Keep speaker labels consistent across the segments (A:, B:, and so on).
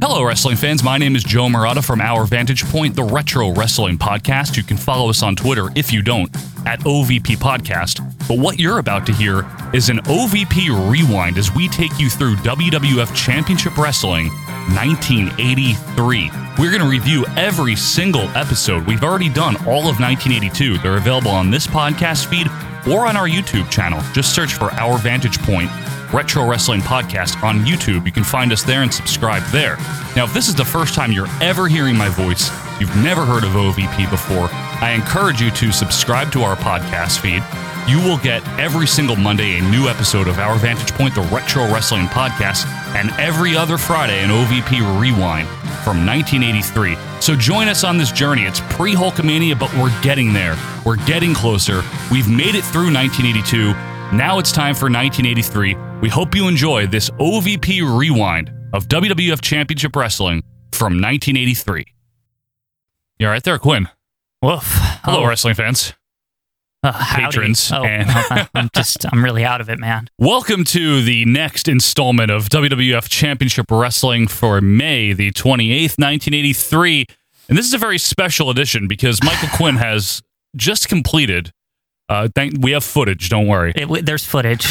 A: Hello, wrestling fans. My name is Joe Murata from Our Vantage Point, the Retro Wrestling Podcast. You can follow us on Twitter if you don't at OVP Podcast. But what you're about to hear is an OVP rewind as we take you through WWF Championship Wrestling 1983. We're going to review every single episode. We've already done all of 1982. They're available on this podcast feed or on our YouTube channel. Just search for Our Vantage Point. Retro Wrestling Podcast on YouTube. You can find us there and subscribe there. Now, if this is the first time you're ever hearing my voice, you've never heard of OVP before, I encourage you to subscribe to our podcast feed. You will get every single Monday a new episode of Our Vantage Point, the Retro Wrestling Podcast, and every other Friday an OVP Rewind from 1983. So join us on this journey. It's pre Hulkamania, but we're getting there. We're getting closer. We've made it through 1982. Now it's time for 1983. We hope you enjoy this OVP rewind of WWF Championship Wrestling from 1983. You all right there, Quinn?
B: Woof.
A: Hello, wrestling fans.
B: Oh, uh, howdy.
A: patrons
B: Oh,
A: and-
B: I- I'm just, I'm really out of it, man.
A: Welcome to the next installment of WWF Championship Wrestling for May the 28th, 1983. And this is a very special edition because Michael Quinn has just completed. Uh, thank, we have footage, don't worry.
B: It, w- there's footage.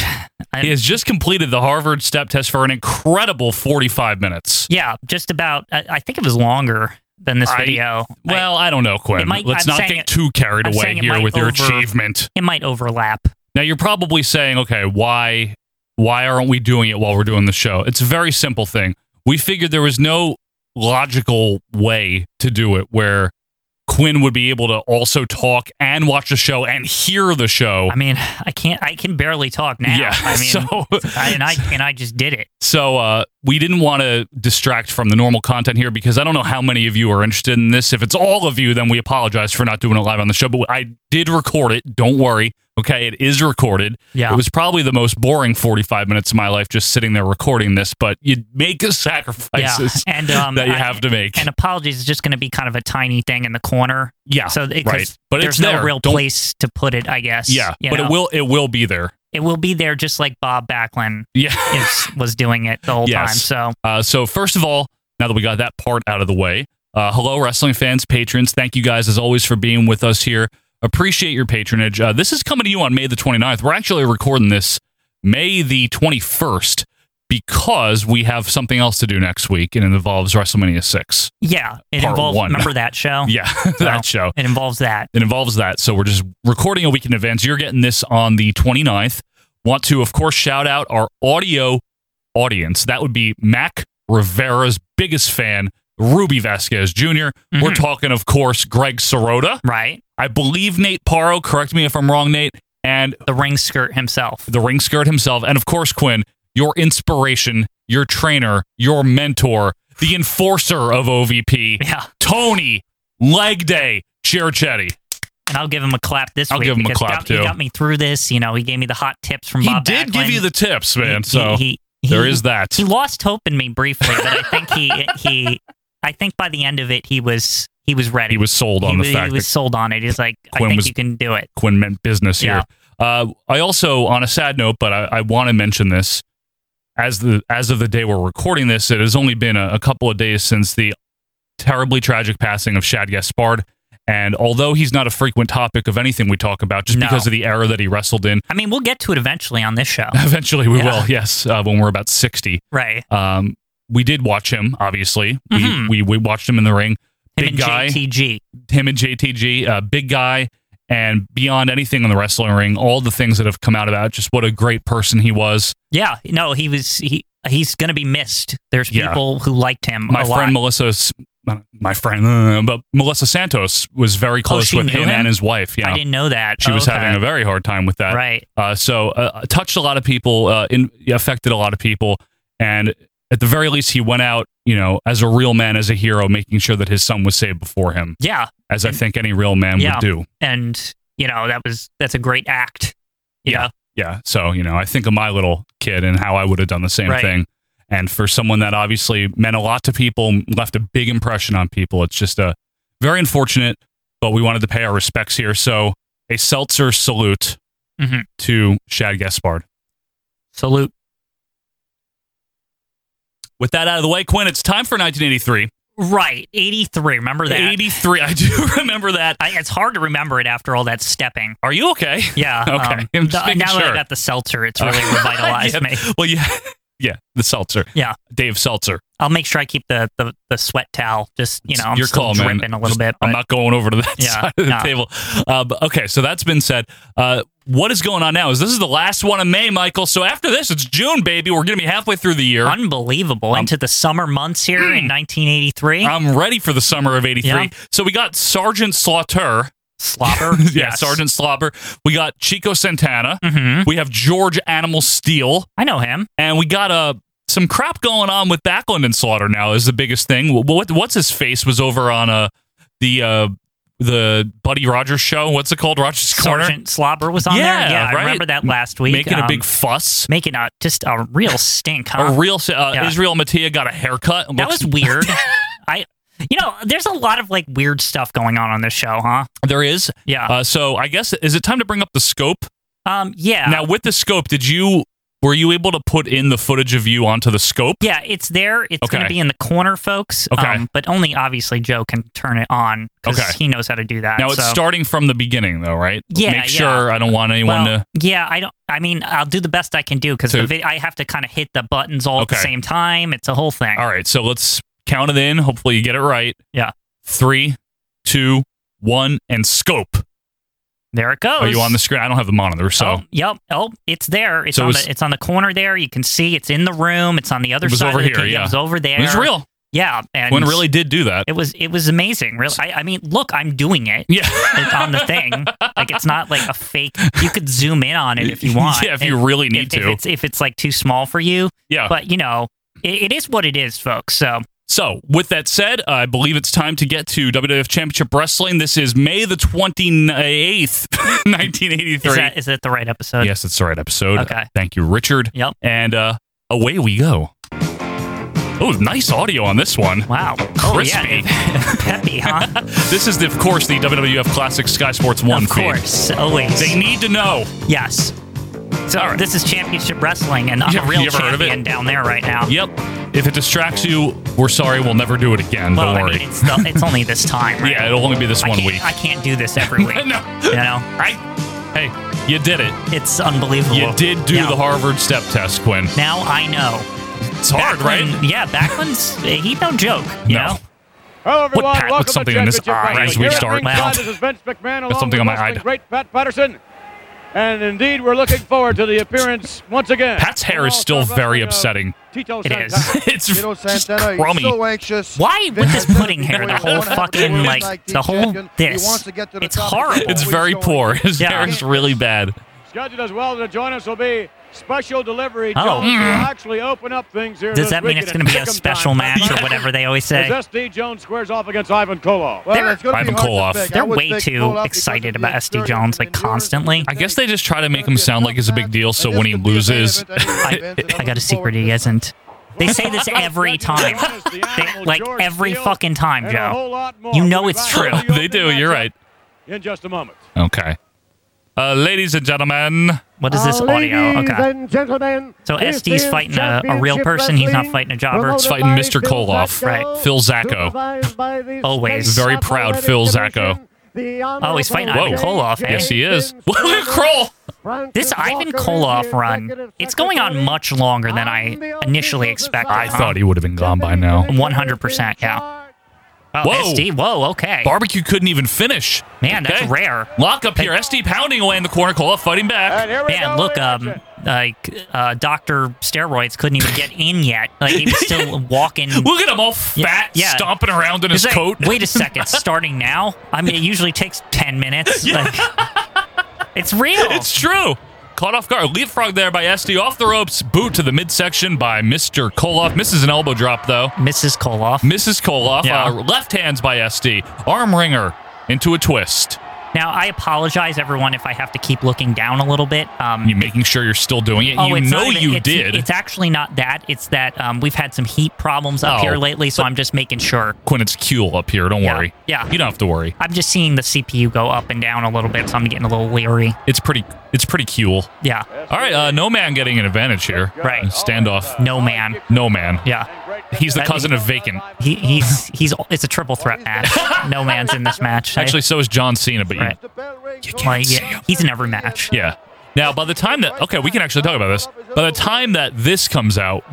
B: I-
A: He has just completed the Harvard step test for an incredible 45 minutes.
B: yeah, just about. I, I think it was longer than this
A: I-
B: video. I-
A: Well, I don't know, Quinn.
B: It might-
A: Let's
B: I'm
A: not
B: saying
A: get
B: it-
A: too carried
B: I'm
A: away
B: saying it
A: here
B: might
A: with your
B: over-
A: achievement.
B: it might overlap.
A: Now you're probably saying, okay, why why aren't we doing it while we're doing the show? It's a very simple thing. We figured there was no logical way to do it where Quinn would be able to also talk and watch the show and hear the show.
B: I mean, I can't. I can barely talk now.
A: yeah.
B: I mean,
A: so
B: I, and I and I just did it.
A: So uh, we didn't want to distract from the normal content here because I don't know how many of you are interested in this. If it's all of you, then we apologize for not doing it live on the show. But I did record it. Don't worry. Okay, it is recorded.
B: Yeah.
A: It was probably the most boring 45 minutes of my life just sitting there recording this. But you make a sacrifices
B: yeah, and um,
A: that you
B: I-
A: have to make.
B: and apologies is just going to be kind of a tiny thing in the corner.
A: yeah.
B: So it, 'cause
A: Ah, right. But
B: there's
A: it's
B: no
A: there.
B: real
A: Don't-
B: place to put it, I guess.
A: Yeah.
B: you
A: But
B: know?
A: it will. It will be there.
B: It will be there, just like Bob Backlund
A: Yeah.
B: is, was doing it the whole
A: Yes.
B: time. So
A: Uh, so first of all, now that we got that part out of the way, uh, hello wrestling fans, patrons. Thank you guys as always for being with us here. Appreciate your patronage. Uh, this is coming to you on May the 29th. We're actually recording this May the 21st because we have something else to do next week, and it involves WrestleMania 6.
B: yeah, it
A: Part
B: involves.
A: one.
B: Remember that show?
A: Yeah, that show.
B: It involves that.
A: It involves that. So we're just recording a week in advance. You're getting this on the 29th. Want to, of course, shout out our audio audience. That would be Mac Rivera's biggest fan, Ruby Vasquez junior
B: Mhm.
A: We're talking, of course, Greg Sorota.
B: Right.
A: I believe Nate Paro, correct me if I'm wrong, Nate, and
B: The ring skirt himself.
A: the ring skirt himself. And of course, Quinn, your inspiration, your trainer, your mentor, the enforcer of OVP,
B: Yeah.
A: Tony Leg Day Chirichetti.
B: And I'll give him a clap this
A: I'll
B: week.
A: give him a
B: because he
A: clap,
B: got,
A: too.
B: He got me through this. You know, he gave me the hot tips from
A: He
B: Bob
A: did give
B: Backlund.
A: you the tips,
B: He-
A: man.
B: he-
A: so
B: he, he,
A: there is that.
B: He lost hope in me briefly, but I think he he. I think by the end of it, he was he was ready.
A: He was sold
B: He
A: on the
B: was-
A: fact
B: he was
A: that
B: sold on it. He's like,
A: Quinn
B: I think
A: was-
B: you can do it.
A: Quinn meant business here. Uh, I also, on a sad note, but I, I want to mention this as the as of the day we're recording this, it has only been a, a couple of days since the terribly tragic passing of Shad Gaspard. And although he's not a frequent topic of anything we talk about, just
B: No.
A: because of the era that he wrestled in,
B: I mean, we'll get to it eventually on this show,
A: eventually we
B: Yeah.
A: will. Yes, uh, when we're about sixty,
B: right?
A: um, we did watch him. Obviously,
B: Mhm.
A: we, we we watched him in the ring.
B: Him
A: Big
B: and
A: guy.
B: JTG.
A: him and JTG, uh, big guy, and beyond anything in the wrestling ring, all the things that have come out about just what a great person he was.
B: Yeah, no, he was he. He's gonna be missed. There's
A: Yeah.
B: people who liked him.
A: My
B: a
A: friend
B: lot.
A: Melissa, S- my friend, uh, but Melissa Santos was very close
B: Oh, she
A: with him,
B: knew him?
A: and his wife. Yeah,
B: I didn't know that.
A: she was
B: Okay.
A: having a very hard time with that.
B: right.
A: Uh, so uh, touched a lot of people, uh, in, affected a lot of people, and at the very least, he went out, you know, as a real man, as a hero, making sure that his son was saved before him,
B: Yeah,
A: as I think any real man
B: Yeah.
A: would do.
B: and you know that was that's a great act. You
A: Yeah.
B: know?
A: Yeah. So, you know, I think of my little kid and how I would have done the same
B: Right.
A: thing. And for someone that obviously meant a lot to people, left a big impression on people, it's just a very unfortunate, but we wanted to pay our respects here. So, a seltzer salute Mm-hmm.
B: Mhm.
A: to Shad Gaspard.
B: salute.
A: With that out of the way, Quinn, it's time for 1983.
B: Right, 83. Remember that?
A: 83. I do remember that.
B: I, it's hard to remember it after all that stepping.
A: Are you okay? Um,
B: Yeah. um,
A: Okay. I'm just
B: the-
A: making
B: now that
A: sure.
B: I got the seltzer, it's really revitalized
A: Yeah.
B: me.
A: Well, yeah. Yeah, the seltzer.
B: Yeah.
A: Dave Seltzer.
B: I'll make sure I keep the, the, the sweat towel. Just you know, I'm
A: Your
B: still
A: call, man.
B: dripping a little bit.
A: I'm
B: but-
A: not going over to that
B: Yeah,
A: side of the
B: no.
A: table. Uh, but- okay, so that's been said. Uh, what is going on now is this is the last one of May, Michael. So after this, it's June, baby. We're going to be halfway through the year.
B: unbelievable into the summer months here
A: Hmm.
B: in 1983.
A: I'm ready for the summer of 83.
B: Yeah. Er,
A: So we got Sergeant Slaughter.
B: Slobber.
A: yeah, Sergeant Slobber. We got Chico Santana.
B: hmm
A: We have George Animal Steel.
B: I know him.
A: And we got uh, some crap going on with Backlund and Slaughter now is the biggest thing. Wh- What, what's his face was over on uh, the uh, the Buddy Rogers show. What's it called? Rogers Corner?
B: Sergeant Slobber was on
A: Yeah,
B: there. Yeah,
A: right.
B: I remember that last week.
A: making a
B: Um,
A: big fuss.
B: making a just a real stink. Huh?
A: A real uh,
B: Yeah.
A: Israel Mattia got a haircut.
B: that
A: Looks-
B: was weird. I, you know, there's a lot of like weird stuff going on on this show, huh?
A: there is.
B: Yeah.
A: Uh, so I guess is it time to bring up the scope?
B: um. Yeah.
A: Now with the scope, did you were you able to put in the footage of you onto the scope?
B: yeah, it's there. It's going
A: Okay.
B: to be in the corner, folks.
A: Okay.
B: Um, but only obviously Joe can turn it on because
A: Okay.
B: he knows how to do that.
A: Now it's
B: so-
A: starting from the beginning though, right?
B: Yeah,
A: Make
B: yeah.
A: sure I don't want anyone
B: Well,
A: to.
B: yeah, I don't. I mean, I'll do the best I can do because
A: So-
B: vid- I have to kind of hit the buttons all at
A: Okay.
B: the same time. It's a whole thing.
A: All right, so let's count it in. Hopefully you get it right.
B: Yeah.
A: Three, two, one, and scope.
B: There it goes.
A: Are you on the screen? I don't have the monitor, so
B: Oh, yep. Oh, it's there. It's
A: So
B: on
A: it's-
B: the. It's on the corner there. You can see. It's in the room. It's on the other
A: It was
B: side.
A: over
B: of the
A: here,
B: ca-
A: yeah.
B: It was over there.
A: it was real.
B: Yeah. And
A: When really did do that?
B: it was. It was amazing. Really. I, I mean, look, I'm doing it.
A: yeah.
B: It's on the thing. Like it's not like a fake. You could zoom in on it if you want.
A: Yeah, if you
B: If-
A: really need to.
B: if, If it's if it's like too small for you,
A: yeah.
B: but you know, it, it is what it is, folks. So
A: So, with that said, I believe it's time to get to WWF Championship Wrestling. This is May the 28th, 1983.
B: is that is that the right episode?
A: yes, it's the right episode.
B: Okay.
A: Thank you, Richard.
B: Yep.
A: And uh, away we go. Oh, nice audio on this one.
B: Wow. Oh,
A: Crispy.
B: peppy, huh?
A: This is, the, of course, the WWF Classic Sky Sports 1
B: of course. Always.
A: feed. They need to know.
B: yes. So
A: All right.
B: this is championship wrestling, and I'm
A: Yeah,
B: a real
A: you ever heard of it?
B: champion down there right now.
A: Yep. If it distracts you, we're sorry. We'll never do it again.
B: well,
A: Don't
B: I
A: worry.
B: mean, it's, the, it's only this time, right?
A: yeah, it'll only be this
B: I
A: one
B: can't,
A: week.
B: I can't do this every week.
A: no.
B: You know,
A: I, hey, you did it.
B: it's unbelievable.
A: You did do
B: Yeah.
A: the Harvard step test, Quinn.
B: Now I know.
A: It's hard,
B: Backlund-
A: right?
B: Yeah, Backlund's he's no joke. You
A: No.
B: know,
C: Hello, everyone.
A: Pat, put
C: Welcome to
A: something in this
C: Championship
A: eye
C: Wrestling.
B: as we
C: Here at
B: start
C: ringside,
A: now.
C: This is Vince McMahon along
A: something
C: with
A: on my
C: wrestling
A: eye.
C: Great Pat Patterson. And indeed, we're looking forward to the appearance once again.
A: Pat's hair is
C: All-star
A: still very
C: wrestling of
A: upsetting.
C: Tito
B: It is.
C: Santana.
A: It's
D: You know,
A: just
D: Santana,
A: crummy.
D: he's so anxious.
B: Why with this pudding hair, the whole fucking like, the whole this, it's horrible.
A: It's very poor. His
B: Yeah.
A: hair is really bad.
C: Scheduled as well to join us will be special delivery.
B: Oh.
C: Jones will
B: Mm.
C: actually open up things here.
B: does that mean it's going to be a special match or whatever they always say?
C: As SD Jones squares off against Ivan Koloff.
B: They're-
A: Ivan Koloff.
B: They're way too excited about SD Jones, like constantly.
A: I guess they just try to make him sound like it's a big deal, so when he loses,
B: I, I got a secret he isn't. They say this every time. They, like every fucking time,
C: And a
B: Joe.
C: whole lot more.
B: You know
C: We'll be
B: it's
C: back
B: true.
C: with the
A: they do.
C: opening
A: You're
C: matchup
A: right.
C: In just a moment.
A: Okay. Uh, ladies and gentlemen,
B: What is this audio? Okay.
E: gentlemen,
B: So
E: this
B: SD's
E: is
B: fighting a, a real
E: Championship
B: person. He's not
E: Wrestling,
B: fighting a jobber.
E: promoted
A: fighting
E: by
A: Mr.
E: Phil
A: Koloff.
E: Zacco,
A: Right. Phil Zacco.
E: supervised by the
B: Always.
E: State
A: Very proud
E: Athletic
A: Phil
E: Commission,
A: Zacco.
E: the
B: Oh, he's fighting
A: Whoa.
B: Ivan Koloff. eh?
A: yes, he is.
E: Vince
A: Look at Kroll.
E: Francis
B: This Ivan
E: Walker is the
B: Koloff run,
E: executive
B: it's going on
E: secretary.
B: much longer than I initially expected.
A: I
B: huh?
A: thought he would have been gone by now.
E: Executive
B: 100%, yeah.
E: charge.
B: Oh,
A: Whoa.
B: SD, whoa, okay.
A: Barbecue couldn't even finish.
B: Man, that's
A: Okay.
B: rare.
A: Lock up here. SD pounding away in the corner. Koloff fighting back.
C: And here we go.
B: Man, look,
C: in
B: um,
C: action.
B: like uh, Doctor Steroids couldn't even get in yet. Like he was still walking.
A: Look at him all fat,
B: Yeah.
A: stomping around in his
B: It's like,
A: coat.
B: Wait a second, starting now? I mean, it usually takes ten minutes. Like, it's real.
A: It's true. Caught off guard. Leapfrog there by SD. Off the ropes. Boot to the midsection by Mr. Koloff. Misses an elbow drop, though.
B: Mrs. Koloff.
A: Misses Koloff.
B: Yeah.
A: Uh, left hands by SD. Arm ringer into a twist.
B: Now, I apologize, everyone, if I have to keep looking down a little bit. Um,
A: You making sure you're still doing it?
B: oh,
A: you
B: it's
A: know
B: not even-
A: you
B: it's,
A: did.
B: It's actually not that. It's that um, we've had some heat problems up
A: Oh,
B: here lately, so I'm just making sure.
A: Quinn, it's Kuehl up here. Don't
B: Yeah,
A: worry.
B: yeah.
A: You don't have to worry.
B: I'm just seeing the CPU go up and down a little bit, so I'm getting a little leery.
A: It's pretty. It's pretty Kuehl.
B: Yeah.
A: All right. Uh, no man getting an advantage here.
B: Right.
A: Standoff.
B: No man.
A: No man.
B: Yeah.
C: And
A: He's the
B: That-
A: cousin of Vacant.
B: He, he's he's it's a triple threat match. No man's in this match.
A: Actually, so is John Cena, but
B: Right.
A: you,
D: You
B: Well, yeah, he's in every match.
A: yeah. Now, by the time that okay, we can actually talk about this. By the time that this comes out,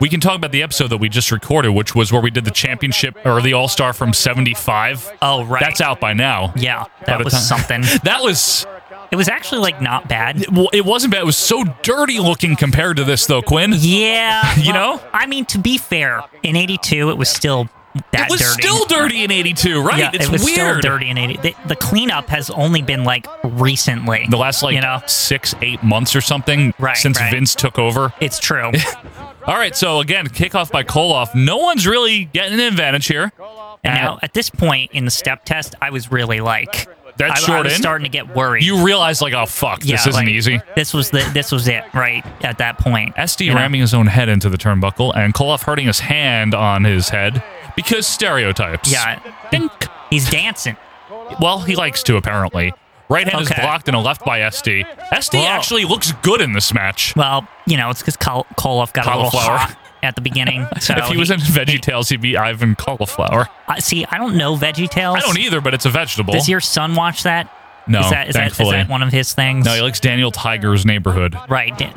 A: we can talk about the episode that we just recorded, which was where we did the championship or the All Star from '75.
B: Oh, right.
A: that's out by now.
B: Yeah,
A: By
B: that
A: the
B: was
A: time-
B: something.
A: That was
B: It was actually like not bad.
A: well, it wasn't bad. It was so dirty looking compared to this, though, Quinn.
B: Yeah,
A: You
B: well,
A: know?
B: I mean, to be fair, in '82 it was still that
A: It was
B: dirty.
A: still dirty in '82, right?
B: Yeah,
A: it's
B: it was
A: weird.
B: still dirty in '80. The, the cleanup has only been like recently.
A: The last like
B: you know,
A: six, eight months or something
B: Right,
A: since
B: right.
A: Vince took over.
B: it's true.
A: All right, so again, kickoff by Koloff. No one's really getting an advantage here.
B: And now at this point in the step test, I was really like,
A: That's
B: I, I
A: short
B: was
A: in.
B: starting to get worried.
A: You realize, like, oh fuck,
B: Yeah,
A: this isn't
B: like,
A: easy.
B: This was the this was it right at that point.
A: SD
B: you know?
A: ramming his own head into the turnbuckle, and Koloff hurting his hand on his head because stereotypes.
B: Yeah, he's dancing.
A: Well, he likes to apparently. Right hand
B: Okay.
A: is blocked and a left by SD. SD
B: Whoa.
A: actually looks good in this match.
B: Well, you know, it's because Kol- Koloff got a little
A: Cauliflower.
B: hot at the beginning. So
A: if he was in Veggie Tales, he'd be Ivan Cauliflower.
B: I- see, I don't know VeggieTales.
A: I don't either, but it's a vegetable.
B: Does your son watch that?
A: No,
B: is that, is that, is
A: thankfully.
B: that one of his things?
A: no, he likes Daniel Tiger's neighborhood.
B: right. Dan-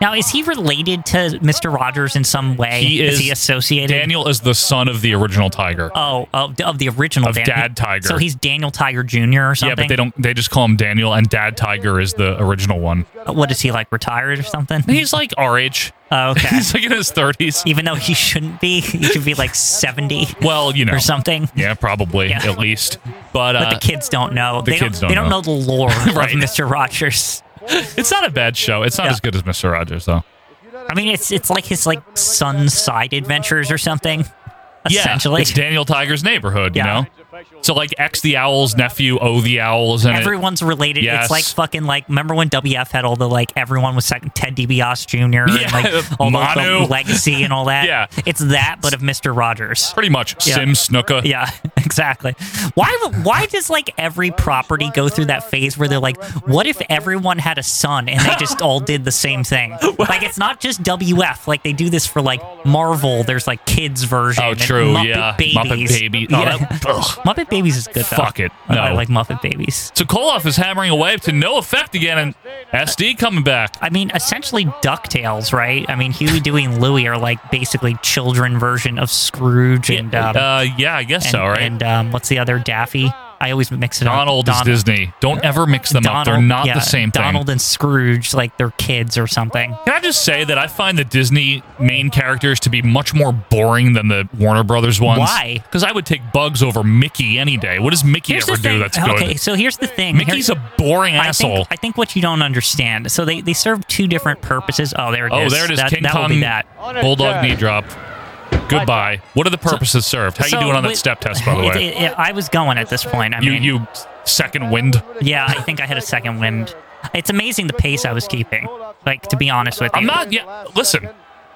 B: Now, is he related to Mr. Rogers in some way?
A: He is
B: he associated?
A: Daniel is the son of the original Tiger.
B: Oh, of, of the original
A: Of
B: Dan-
A: Dad Tiger.
B: So he's Daniel Tiger Jr. or something.
A: yeah, but they don't. They just call him Daniel, and Dad Tiger is the original one.
B: What is he like retired or something?
A: He's like our age.
B: Oh, okay.
A: He's like in his thirties.
B: Even though he shouldn't be, he should be like seventy
A: Well, you know,
B: or something.
A: yeah, probably
B: Yeah.
A: at least. But, uh,
B: But the kids don't know.
A: the
B: they
A: kids don't
B: don't. They don't
A: know.
B: know, the lore
A: Right.
B: of Mister Rogers.
A: it's not a bad show. It's not
B: Yeah.
A: as good as Mister Rogers though.
B: I mean, it's it's like his like son's side adventures or something. Essentially,
A: yeah, it's Daniel Tiger's neighborhood.
B: Yeah.
A: You know, so like X the Owl's nephew, O the Owl's, and
B: everyone's related.
A: Yes.
B: It's like fucking like remember when WF had all the like everyone was second Ted DiBiase Jr.
A: Yeah,
B: and like all the- the,
A: Manu.
B: legacy and all that.
A: Yeah.
B: it's that but of Mister Rogers.
A: pretty much
B: Yeah.
A: Sim Snooka.
B: Yeah, exactly. Why why does like every property go through that phase where they're like, what if everyone had a son and they just all did the same thing? Like it's not just WF. Like they do this for like Marvel. There's like kids version.
A: Oh,
B: and
A: true.
B: Muppet
A: yeah,
B: Babies.
A: Muppet Baby. Oh,
B: Yeah.
A: that- ugh.
B: Muppet Babies is good though.
A: Fuck it.
B: I- I
A: No.
B: like Muppet Babies.
A: So Koloff is hammering away to no effect again, and SD coming back.
B: I mean, essentially Ducktales, right? I mean, Huey, Dewey, and Louie are like basically children version of Scrooge and um,
A: uh, yeah, I guess
B: and,
A: so. Right.
B: and um, what's the other Daffy? I always mix it
A: Donald
B: up.
A: is Disney. Don't ever mix them up. They're not
B: yeah,
A: the same thing.
B: Donald and Scrooge, like they're kids or something.
A: Can I just say that I find the Disney main characters to be much more boring than the Warner Brothers ones?
B: Why?
A: Because I would take Bugs over Mickey any day. What does Mickey
B: Here's
A: ever
B: the
A: do
B: thing.
A: that's good?
B: okay, so here's the thing.
A: Mickey's
B: Here-
A: a boring
B: I
A: asshole.
B: Think, I think what you don't understand. So they, they serve two different purposes. Oh, there it
A: oh,
B: is.
A: there it is.
B: That,
A: King
B: that
A: Kong
B: will be that.
A: Bulldog knee drop. Goodbye. What are the purposes served? How
B: So
A: you doing on that
B: with-
A: step test, by the
B: it-
A: way?
B: it- it- I was going at this point. I
A: you
B: mean,
A: you second wind.
B: yeah, I think I had a second wind. It's amazing the pace I was keeping. Like to be honest with you,
A: I'm not. Yeah, listen,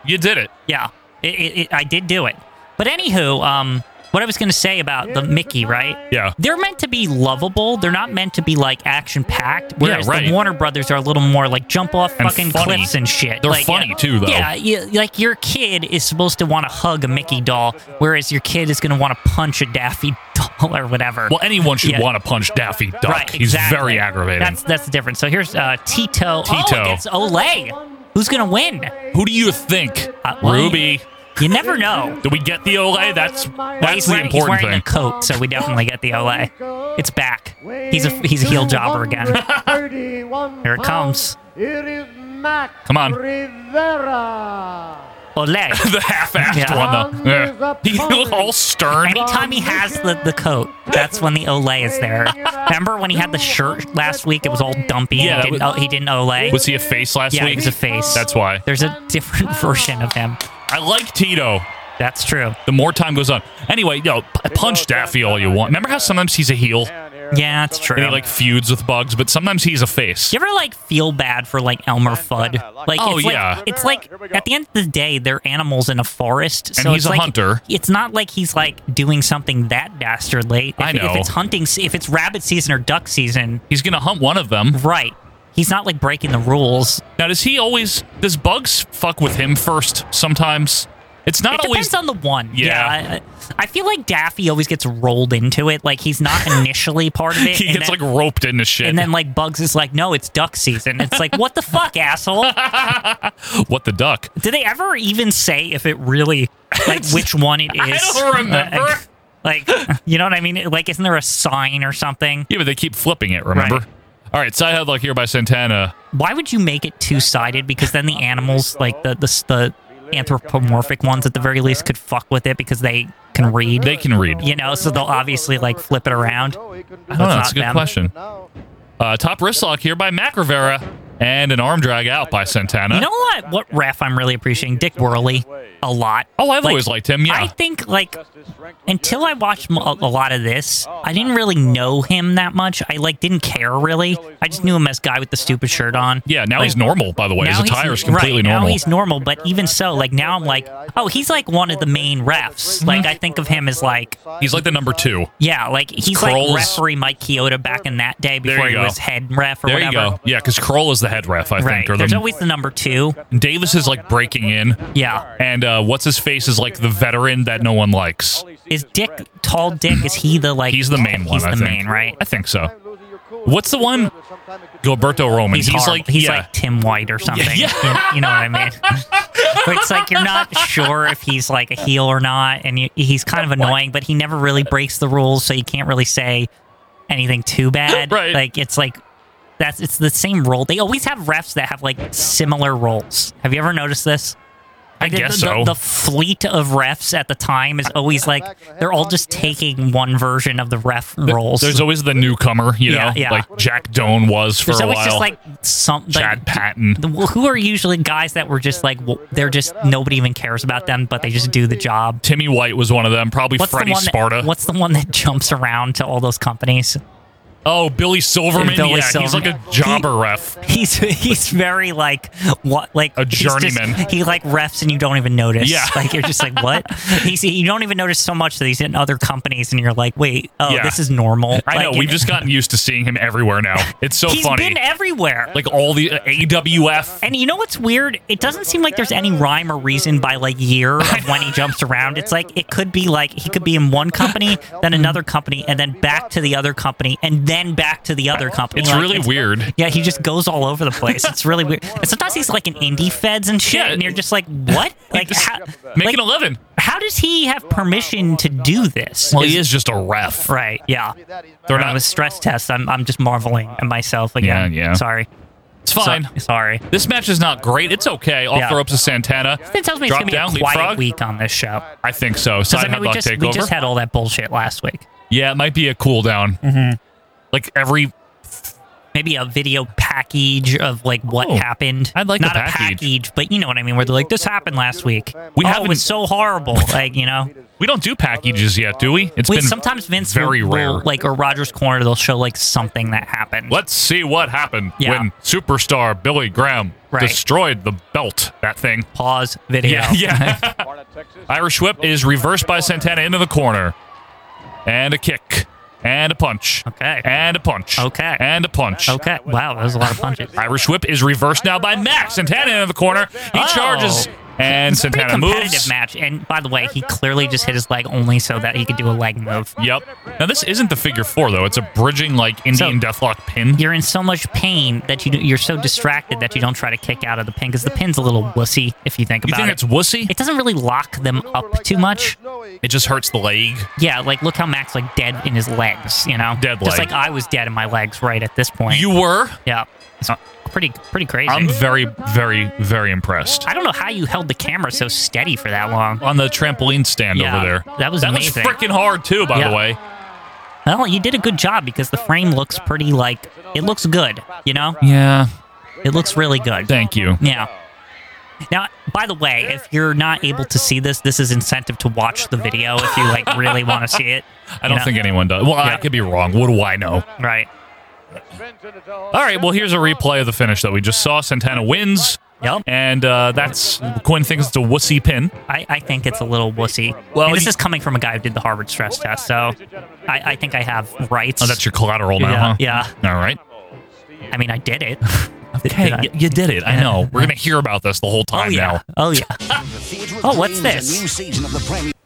A: you did it.
B: Yeah, it, it, it, I did do it. But anywho, um, what I was going to say about the Mickey, right?
A: Yeah.
B: They're meant to be lovable. They're not meant to be like action packed. Whereas
A: right.
B: the Warner Brothers are a little more like jump off
A: And
B: fucking
A: funny.
B: cliffs and shit.
A: They're
B: Like,
A: funny, too, though.
B: Yeah, yeah, like your kid is supposed to want to hug a Mickey doll, whereas your kid is going to want to punch a Daffy doll or whatever.
A: Well, anyone should
B: Yeah.
A: want to punch Daffy Duck.
B: Right,
A: He's
B: exactly.
A: very aggravating.
B: That's that's the difference. So here's uh, Tito.
A: Tito.
B: Oh, against Olay. Who's gonna win?
A: Who do you think?
B: Uh, well,
A: Ruby.
B: You never know.
A: Do we get the Olay? That's
B: Well,
A: that's
B: he's
A: the
B: wearing-
A: important
B: he's wearing
A: thing.
B: a coat, so we definitely get the Olay. It's back. He's a he's a heel jobber again. Here it comes.
D: It is Max
A: Come on.
D: Rivera.
B: Olay.
A: the half-assed
B: Yeah.
A: one though. Yeah. He looked all stern.
B: Anytime he has the, the coat, that's when the Olay is there. Remember when he had the shirt last week? It was all dumpy.
A: Yeah,
B: and
A: that
B: he, didn't,
A: was-
B: oh, he didn't Olay.
A: Was he a face last
B: yeah,
A: week?
B: he was a face.
A: That's why.
B: There's a different version of him.
A: I like Tito.
B: That's true.
A: The more time goes on. Anyway, yo, p- punch Daffy all you want. Remember how sometimes he's a heel
B: Yeah, it's true.
A: and he like feuds with Bugs, but sometimes he's a face.
B: Do you ever like feel bad for like Elmer Fudd? Like,
A: Oh,
B: it's like-
A: yeah.
B: it's like at the end of the day, they're animals in a forest, so
A: And he's
B: it's
A: a
B: like,
A: hunter.
B: It's not like he's like doing something that dastardly. If,
A: I know.
B: If it's hunting, se- if it's rabbit season or duck season,
A: He's gonna hunt one of them.
B: right? He's not like breaking the rules.
A: Now, does he always? Does Bugs fuck with him first sometimes? It's not
B: It
A: always
B: depends on the one.
A: Yeah.
B: I, I I feel like Daffy always gets rolled into it. Like he's not initially part of it.
A: he
B: and
A: gets
B: then-
A: like roped into shit.
B: and then like Bugs is like, no, it's duck season. It's like, what the fuck, asshole?
A: what the duck?
B: Do they ever even say if it really like which one it is?
A: I don't remember.
B: Uh, like, you know what I mean? Like, isn't there a sign or something?
A: Yeah, but they keep flipping it. Remember?
B: Right.
A: All right, side headlock here by Santana.
B: Why would you make it two sided? Because then the animals, like the the, the anthropomorphic ones, at the very least, could fuck with it because they can read.
A: They can read.
B: You know, so they'll obviously like flip it around.
A: I don't know. That's
B: That's
A: a
B: not
A: good
B: them.
A: question. Uh, top wrist lock here by Mac Rivera, and an arm drag out by Santana.
B: You know what? What ref I'm really appreciating? Dick Worley a lot.
A: oh, I've
B: Like,
A: always liked him. Yeah,
B: I think like until I watched mo- a lot of this, I didn't really know him that much. I like didn't care really. I just knew him as guy with the stupid shirt on.
A: yeah. Now
B: Like,
A: he's normal, by the way. His
B: now he's-
A: attire is completely
B: right,
A: normal.
B: Now he's normal, but even so, like now I'm like, oh, he's like one of the main refs. Like I think of him as like,
A: He's like the number two.
B: yeah, like he's
A: Kroll's-
B: like referee Mike Chioda back in that day
A: There
B: before
A: you
B: he
A: go.
B: was head ref or
A: There you
B: whatever.
A: go. Yeah, because Kroll is the head ref, I
B: Right.
A: think. Or
B: There's
A: the,
B: always the number two.
A: Davis is like breaking in.
B: Yeah.
A: And uh, what's his face is like the veteran that no one likes.
B: Is Dick tall? Dick is he the like?
A: He's the main one.
B: He's the
A: I think.
B: main, right?
A: I think so. What's the one? Gilberto Roman. He's,
B: horrible.
A: like
B: he's
A: Oh, yeah.
B: like Tim White or something.
A: Yeah.
B: You, you know what I mean? Where it's like you're not sure if he's like a heel or not, and you, he's kind of annoying, but he never really breaks the rules, so you can't really say anything too bad.
A: Right.
B: Like it's like that's it's the same role. They always have refs that have like similar roles. Have you ever noticed this? I
A: guess
B: the,
A: so.
B: The fleet of refs at the time is always like they're all just taking one version of the ref roles.
A: There's always the newcomer, you know,
B: Yeah, yeah.
A: like Jack Doan was for
B: There's
A: a
B: always
A: while.
B: just like some
A: Chad
B: like,
A: Patton.
B: the, who are usually guys that were just like w- they're just nobody even cares about them, but they just do the job.
A: Timmy White was one of them. Probably
B: What's
A: Freddie
B: the one?
A: Sparta.
B: That, what's the one that jumps around to all those companies?
A: oh, Billy Silverman.
B: Billy
A: yeah, he's like
B: Silverman.
A: a jobber ref.
B: He's he's very like what like
A: A
B: he's just-
A: journeyman.
B: he like refs and you don't even notice.
A: Yeah.
B: like you're just like what? He's you don't even notice so much that he's in other companies and you're like wait oh
A: Yeah.
B: this is normal.
A: I know.
B: Like,
A: We've just gotten used to seeing him everywhere now. It's so
B: he's
A: funny.
B: been everywhere.
A: like all the uh, AWF.
B: And you know what's weird? It doesn't seem like there's any rhyme or reason by like year of when he jumps around. It's like it could be like he could be in one company, then another company, and then back to the other company, and then back to the other company.
A: It's
B: Like,
A: really weird.
B: Yeah, he just goes all over the place. It's really weird. And sometimes he's like in indie feds and shit,
A: Yeah.
B: and you're just like, what? Like,
A: just-
B: how,
A: Make
B: like,
A: it 11.
B: how does he have permission to do this?
A: Well, he is just a ref.
B: Right, yeah.
A: They're
B: When I
A: not-
B: was stress test. I'm, I'm just marveling at myself again.
A: Yeah, yeah.
B: Sorry.
A: It's fine.
B: So- sorry.
A: This match is not great. It's okay. Off
B: Yeah.
A: the ropes is Santana.
B: It tells me
A: Drop
B: it's
A: down,
B: gonna be a
A: leapfrog.
B: quiet week on this show.
A: I think so.
B: Because
A: Side
B: I mean, we
A: headlock
B: just we
A: takeover.
B: just had all that bullshit last week.
A: yeah, it might be a cool down.
B: Mm-hmm.
A: Like every
B: Maybe a video package of like what
A: Oh,
B: happened.
A: I'd like a
B: not
A: package.
B: but you know what I mean. Where they're like, this happened last week.
A: We
B: oh,
A: haven't-
B: it was so horrible. like you know,
A: we don't do packages yet, do we? It's
B: Wait,
A: been
B: sometimes Vince
A: very
B: will,
A: rare.
B: will, like or Rogers Corner, they'll show like something that happened.
A: Let's see what happened
B: Yeah.
A: when superstar Billy Graham
B: Right.
A: destroyed the belt. That thing.
B: Pause video.
A: Yeah, yeah. Irish whip is reversed by Santana into the corner, and a kick, and a punch.
B: Okay.
A: And a punch.
B: Okay.
A: And a punch.
B: Okay. Wow, that was a lot of punches.
A: Irish whip is reversed now by Max. Santana into the corner. He
B: Oh.
A: charges, and
B: It's a pretty
A: Santana
B: competitive
A: moves.
B: match. And by the way, he clearly just hit his leg only so that he could do a leg move.
A: Yep. Now this isn't the figure four though. It's a bridging like Indian deathlock pin.
B: you're in so much pain that you you're so distracted that you don't try to kick out of the pin because the pin's a little wussy if you think
A: You
B: about
A: think
B: it.
A: it's wussy?
B: it doesn't really lock them up too much.
A: It just hurts the leg.
B: Yeah, like look how Max like dead in his legs, you know,
A: Dead
B: Just
A: leg.
B: like I was dead in my legs right at this point.
A: You were.
B: yeah, it's pretty pretty crazy.
A: I'm very, very, very impressed.
B: I don't know how you held the camera so steady for that long.
A: On the trampoline stand
B: Yeah,
A: over there.
B: that was
A: that
B: amazing.
A: was freaking hard too, by
B: Yeah.
A: the way.
B: Well, you did a good job because the frame looks pretty like it looks good, you know.
A: Yeah.
B: It looks really good.
A: Thank you.
B: Yeah. Now, by the way, if you're not able to see this, this is incentive to watch the video if you like really want to see it.
A: I don't
B: You know?
A: think anyone does. Well, I
B: Yeah.
A: could be wrong. What do I know?
B: Right.
A: All right. Well, here's a replay of the finish that we just saw. Santana wins.
B: Yep.
A: And uh, that's Quinn thinks it's a wussy pin.
B: I, I think it's a little wussy.
A: Well,
B: Well, this
A: he-
B: is coming from a guy who did the Harvard stress test, so I, I think I have rights.
A: Oh, that's Oh, your collateral now,
B: Yeah,
A: huh?
B: yeah.
A: All right.
B: I mean, I did it.
A: Okay,
B: Did I-
A: y- you did it. I know. We're gonna hear about this the whole
B: Oh
A: time
B: yeah.
A: now.
B: Oh yeah.
E: Oh, what's this?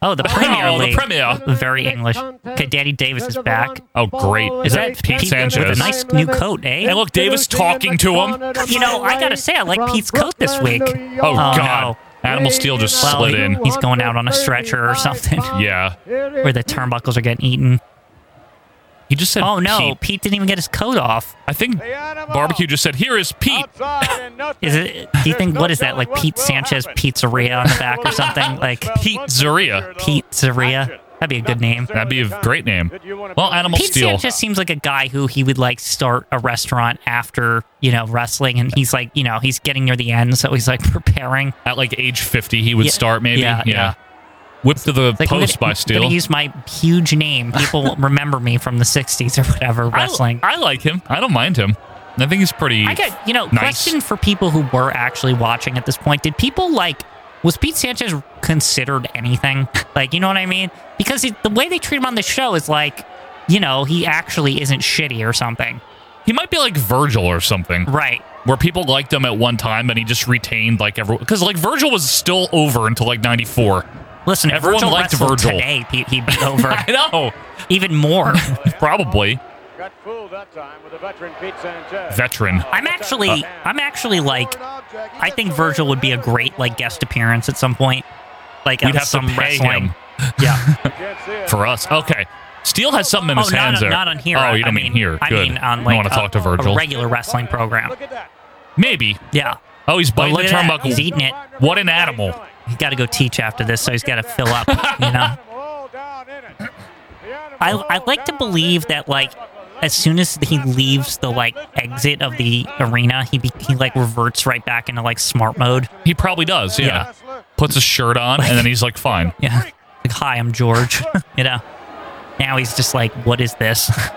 B: Oh, the Premier
A: Oh, the
B: League.
A: premiere.
B: Very English. Okay, Danny Davis is back.
A: Oh, great.
B: Is that Pete Sanchez?
D: With a nice new coat, eh?
A: And look, Davis talking to him.
B: You know, I gotta say, I like Pete's coat this week.
A: Oh,
B: Oh,
A: God.
B: no.
A: Animal Steel just
B: Well,
A: slid
B: he-
A: in.
B: he's going out on a stretcher or something.
A: Yeah.
B: Where the turnbuckles are getting eaten.
A: He just said.
B: Oh no,
A: Pete.
B: Pete, didn't even get his coat off.
A: I think barbecue just said, "Here is Pete."
B: Is it? Do you think what is that like Pete Sanchez Pizzeria on the back or something like
A: Pete Zaria.
B: Pizzeria? That'd be a good name.
A: That'd be a great name. Well, Animal
B: Pete
A: Steel.
B: Sanchez seems like a guy who he would like start a restaurant after you know wrestling, and he's like you know he's getting near the end, so he's like preparing.
A: At like age fifty, he would
B: Yeah,
A: start maybe.
B: yeah, yeah.
A: Whipped to the
B: Like, I'm
A: post
B: gonna-
A: by
B: I'm
A: Steel.
B: gonna use my huge name. People will remember me from the '60s or whatever
A: I-
B: wrestling.
A: I, like him. I don't mind him. I think he's pretty.
B: I got you know
A: Nice.
B: question for people who were actually watching at this point. Did people like was Pete Sanchez considered anything? Like you know what I mean? Because it, the way they treat him on the show is like you know he actually isn't shitty or something,
A: he might be like Virgil or something,
B: right?
A: where people liked him at one time and he just retained like everyone. Because like Virgil was still over until like '94.
B: Listen, if
A: Everyone
B: Virgil
A: liked
B: wrestled
A: Virgil.
B: today. Pete, he'd be over
A: I know,
B: even more.
A: probably veteran.
B: I'm actually, I'm actually like, I think Virgil would be a great like guest appearance at some point, like
A: We'd
B: at
A: have
B: some
A: to pay
B: wrestling.
A: him
B: Yeah.
A: for us. Okay. Steele has something in
B: oh,
A: his
B: not,
A: hands there.
B: not on here.
A: Oh, you
B: I
A: don't mean, here.
B: I
A: Good.
B: mean on
A: You
B: like
A: want to
B: a,
A: talk to
B: a
A: Virgil.
B: regular wrestling program.
A: Maybe.
B: Yeah.
A: Oh, he's biting
B: look
A: the
B: at that.
A: turnbuckle.
B: He's eating it.
A: What an animal.
B: He's got to go teach after this, so he's got to fill up. You know. I I like to believe that like as soon as he leaves the like exit of the arena, he be, he like reverts right back into like smart mode.
A: He probably does, yeah. Puts a shirt on, and then he's like, fine.
B: Yeah. Like, hi, I'm George. you know. Now he's just like, what is this?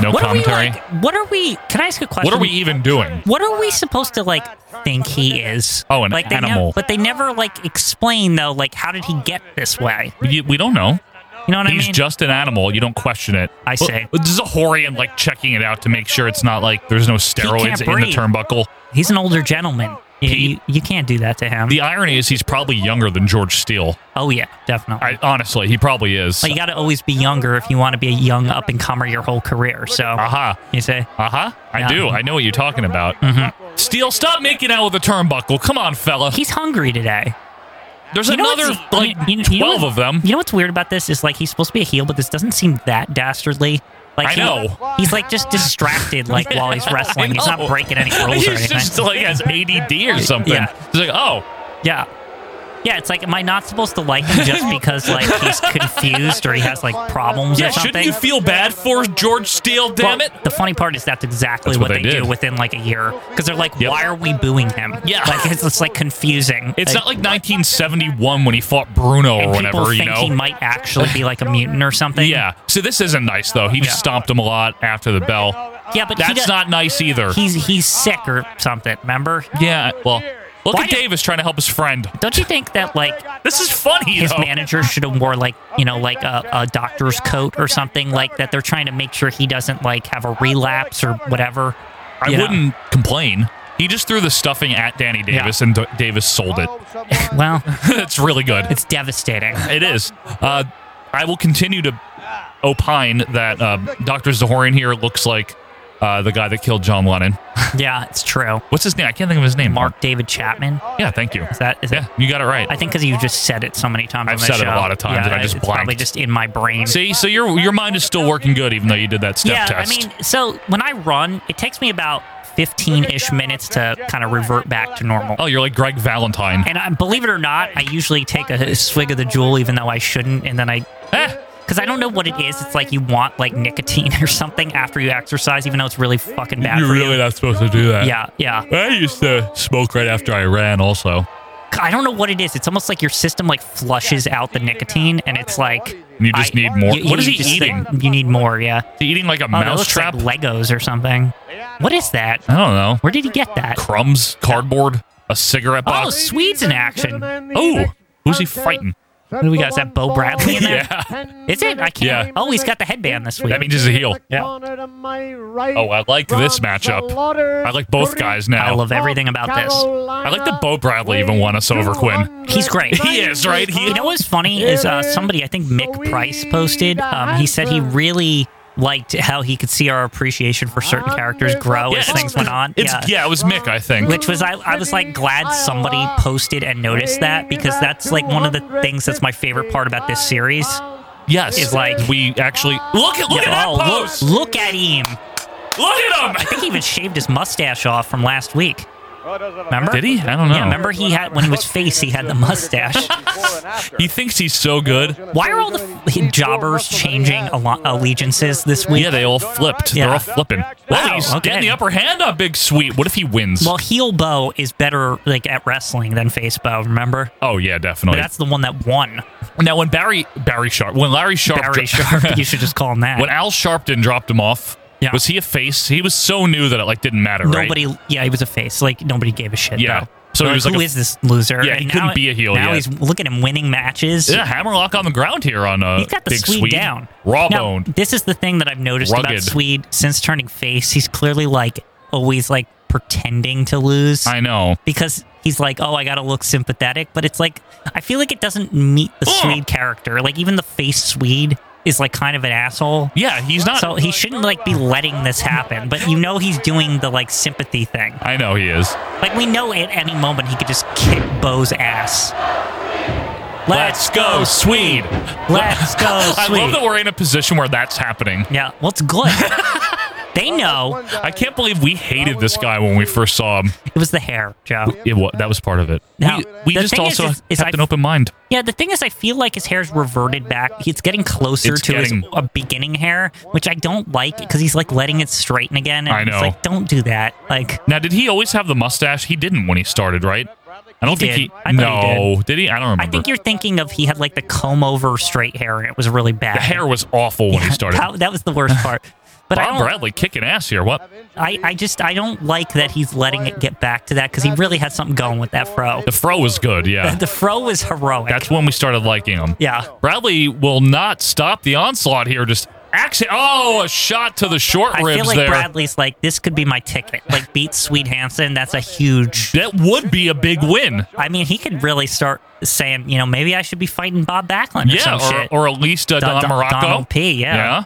A: No
B: what
A: commentary.
B: Are we, like, what are we? Can I ask a question?
A: what are we even doing?
B: What are we supposed to like think he is?
A: Oh, an
B: like, they nev-
A: animal.
B: but they never like explain though. Like, how did he get this way?
A: You- we don't know.
B: You know what
A: he's
B: I mean?
A: just an animal. You don't question it.
B: I
A: Well,
B: see.
A: This is a Horian, like, checking it out to make sure it's not like there's no steroids in the
B: breathe.
A: turnbuckle.
B: He's an older gentleman. You, you,
A: Pete-
B: you can't do that to him.
A: The irony is he's probably younger than George Steele.
B: oh yeah, definitely.
A: I, honestly, he probably is.
B: But you got to always be younger if you want to be a young up and comer your whole career. So
A: Aha.
B: you say,
A: Uh huh. I
B: Yeah. Mm-hmm.
A: do. I know what you're talking about. Steele, stop making out with the turnbuckle. Come on, fella.
B: he's hungry today.
A: There's
B: You know
A: another
B: what's-
A: like
B: you- you- you know
A: twelve
B: what-
A: of them.
B: You know what's weird about this is like he's supposed to be a heel, but this doesn't seem that dastardly. Like
A: I
B: he-
A: know.
B: he's like just distracted, like while he's wrestling. He's
A: know.
B: not breaking any rules or
A: He's
B: anything.
A: just like has ADD or something.
B: Yeah.
A: He's like, oh,
B: yeah, yeah. It's like, am I not supposed to like him just because like he's confused or he has like problems
A: yeah.
B: or something?
A: Shouldn't you feel bad for George Steele? Damn
B: Well,
A: it.
B: The funny part is that's exactly
A: That's
B: what, they, do within like a year because they're like,
A: Yep.
B: why are we booing him?
A: Yeah.
B: like it's just like confusing.
A: It's not like 1971 when he fought Bruno or
B: and people
A: whatever. You
B: think he
A: know.
B: might actually be like a mutant or something.
A: Yeah. So this isn't nice though. He just
B: Yeah.
A: stomped him a lot after the bell.
B: yeah, but he
A: That's
B: does-
A: not nice either.
B: He's he's sick or something. Remember?
A: yeah. Well, look
B: Why-
A: at Davis trying to help his friend.
B: Don't you think that like
A: This is funny.
B: his
A: though.
B: manager should have wore like you know like a, a doctor's coat or something like that? They're trying to make sure he doesn't like have a relapse or whatever.
A: I
B: you know?
A: wouldn't complain. He just threw the stuffing at Danny Davis, and D- Davis sold it.
B: Well,
A: it's really good.
B: it's devastating.
A: It is. Uh, I will continue to opine that uh, Doctor Zahorian here looks like uh, the guy that killed John Lennon.
B: Yeah, it's true.
A: What's his name? I can't think of his name.
B: Mark David Chapman.
A: Yeah, thank you.
B: Is that is
A: Yeah,
B: that?
A: you got it right.
B: I think because you just said it so many times.
A: I've
B: on this
A: said it a
B: show.
A: lot of times and I just
B: it's probably
A: blanked.
B: just in my brain.
A: See, so your your mind is still working good, even though you did that step
B: yeah,
A: test.
B: I mean, so when I run, it takes me about 15-ish minutes to kind of revert back to normal.
A: oh, you're like Greg Valentine.
B: And I, believe it or not, I usually take a swig of the jewel, even though I shouldn't, and then I.
A: Eh.
B: Because I don't know what it is. It's like you want like nicotine or something after you exercise, even though it's really fucking bad for you.
A: not supposed to do that. Eh.
B: Yeah, yeah.
A: I used to smoke right after I ran. Also,
B: I don't know what it is. It's almost like your system like flushes out the nicotine, and it's like
A: you just
B: I-
A: need more.
B: you-
A: what is
B: you
A: he
B: just, like,
A: eating?
B: you need more, yeah.
A: Is he eating like a
B: Oh, that
A: mouse
B: looks
A: trap?
B: like Legos or something. What is that?
A: I don't know.
B: Where did he get that?
A: Crumbs, cardboard, a cigarette
B: Oh,
A: box.
B: Swede's in action.
A: Oh, who's he fighting?
D: What do we got? Is that Bo Bradley in there?
A: Yeah.
D: Is it? I can't.
A: Yeah.
D: Oh, he's got the headband this week.
A: That means he's a heel.
B: Yeah.
A: Oh,
D: Oh,
A: I like this matchup. I like both guys now.
B: I love everything about this.
A: I like that Bo Bradley even won us over Quinn.
B: He's great.
A: He is, right? He-
B: you know what's funny is uh, somebody, I think Mick Price posted, um, he said he really liked how he could see our appreciation for certain characters grow as
A: Yeah,
B: things went on.
A: It's yeah. it was Mick, I think.
B: Which was I, I was like glad somebody posted and noticed that because that's like one of the things that's my favorite part about this series.
A: yes,
B: is like-
A: we actually look at look
B: Yeah,
A: at that
B: oh, look-
A: pose. Look,
B: Look, at him.
A: at
B: I
A: him.
B: think he even shaved his mustache off from last week.
C: Remember?
A: Did he? I don't know.
B: Yeah, remember he had when he was face, he had the mustache.
A: He thinks he's so good.
B: Why are all the f- jobbers changing allo- allegiances this week?
A: Yeah, they all flipped.
B: Yeah.
A: They're all flipping.
B: Wow,
A: Wow, he's
B: okay.
A: getting the upper hand on Big Sweet. What if he wins?
B: Well, heel bow is better like at wrestling than face bow. Remember,
A: oh yeah, definitely.
B: that's the one that won.
A: Now when Barry Barry Sharp, when Larry Sharp,
B: Barry Sharp. you should just call him that.
A: when Al Sharpton dropped him off,
B: Yeah.
A: was he a face? He was so new that it like didn't matter. right?
B: nobody, yeah, he was a face. Like nobody gave a shit.
A: Yeah.
B: Though.
A: So he
B: Like,
A: was like
B: who
A: a-
B: is this loser?
A: Yeah, he
B: And
A: couldn't be a heel
B: Now
A: yet.
B: he's look at him winning matches.
A: Yeah, hammerlock on the ground here on uh,
B: He's got the
A: Big
B: Swede
A: Swede
B: down.
A: raw
B: Now,
A: boned.
B: This is the thing that I've noticed about
A: Rugged.
B: Swede since turning face. He's clearly like always like pretending to lose.
A: I know.
B: because he's like, oh, I gotta look sympathetic, but it's like I feel like it doesn't meet the
A: Ugh.
B: Swede character. Like even the face Swede is like kind of an asshole.
A: Yeah, he's not.
B: So he shouldn't like be letting this happen, but you know he's doing the like sympathy thing.
A: I know he is.
B: Like we know at any moment he could just kick Bo's ass.
A: Let's go, Swede.
B: Let's go,
A: I
B: Swede.
A: love that we're in a position where that's happening.
B: Yeah, well it's good. they know
A: I can't believe we hated this guy when we first saw him.
B: it was the hair, Joe.
A: It wa- that was part of it.
B: Now,
A: we we
B: the
A: just
B: thing
A: also
B: is- is- is
A: kept
B: I-
A: an open mind.
B: Yeah, the thing is, I feel like his hair's reverted back. It's getting closer
A: It's
B: to his
A: getting-
B: uh, beginning hair, which I don't like because he's like letting it straighten again. And
A: I know.
B: It's like, don't do that. Like,
A: Now, did he always have the mustache? He didn't when he started, right? I don't
B: He
A: think
B: did.
A: he.
B: I
A: no,
B: thought he
A: did. he? I don't remember.
B: I think you're thinking of he had like the comb over straight hair, and it was really bad.
A: the hair was awful when he started.
B: That, that was the worst part. But I
A: Bob
B: don't.
A: Bradley kicking ass here. What?
B: I, I just I don't like that he's letting it get back to that because he really had something going with that fro.
A: The fro was good. Yeah,
B: The fro was heroic.
A: that's when we started liking him.
B: yeah.
A: Bradley will not stop the onslaught here. Just accident. Oh, a shot to the short
B: I
A: ribs
B: feel like
A: there.
B: Bradley's like this could be my ticket. Like beat Sweet Hansen. That's a huge
A: that would be a big win.
B: I mean, he could really start saying, you know, maybe I should be fighting Bob Backlund or
A: Yeah, or,
B: some shit.
A: or at least uh,
B: Don-
A: Don,
B: Don-
A: Morocco.
B: Donald P, yeah.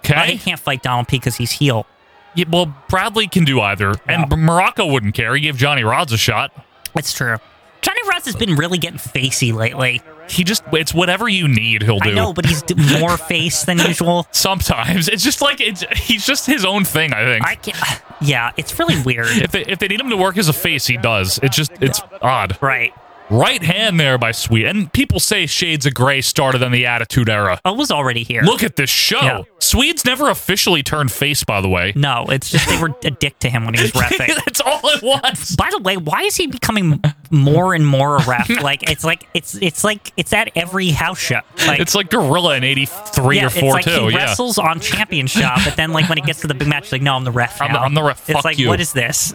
A: Okay.
B: But he can't fight Donald P because he's heel.
A: Yeah, well, Bradley can do either, and B- Morocco wouldn't care. He gave Johnny Rods a shot.
B: That's true. Johnny Ross has been really getting facey lately.
A: He just—it's whatever you need. He'll do.
B: I know, but he's d- more face than usual.
A: Sometimes it's just like it's—he's just his own thing. I think.
B: I can't. Yeah, it's really weird.
A: if they, if they need him to work as a face, he does. It's just it's odd.
B: right.
A: Right hand there by Sweet, and people say Shades of Gray started on the Attitude Era.
B: I Oh, was already here.
A: Look at this show.
B: Yeah.
A: Swedes never officially turned face, by the way.
B: No, it's just they were a dick to him when he was refing.
A: That's all it was.
B: By the way, why is he becoming more and more a ref? Like it's like it's it's like it's at every house show. Like
A: It's like Gorilla in '83 or '4
B: yeah, it's like
A: too.
B: He
A: yeah,
B: wrestles on Champion Shop, but then like when it gets to the big match, he's like, no, I'm the ref.
A: I'm the-
B: now."
A: I'm the ref.
B: It's
A: Fuck
B: like,
A: you.
B: what is this?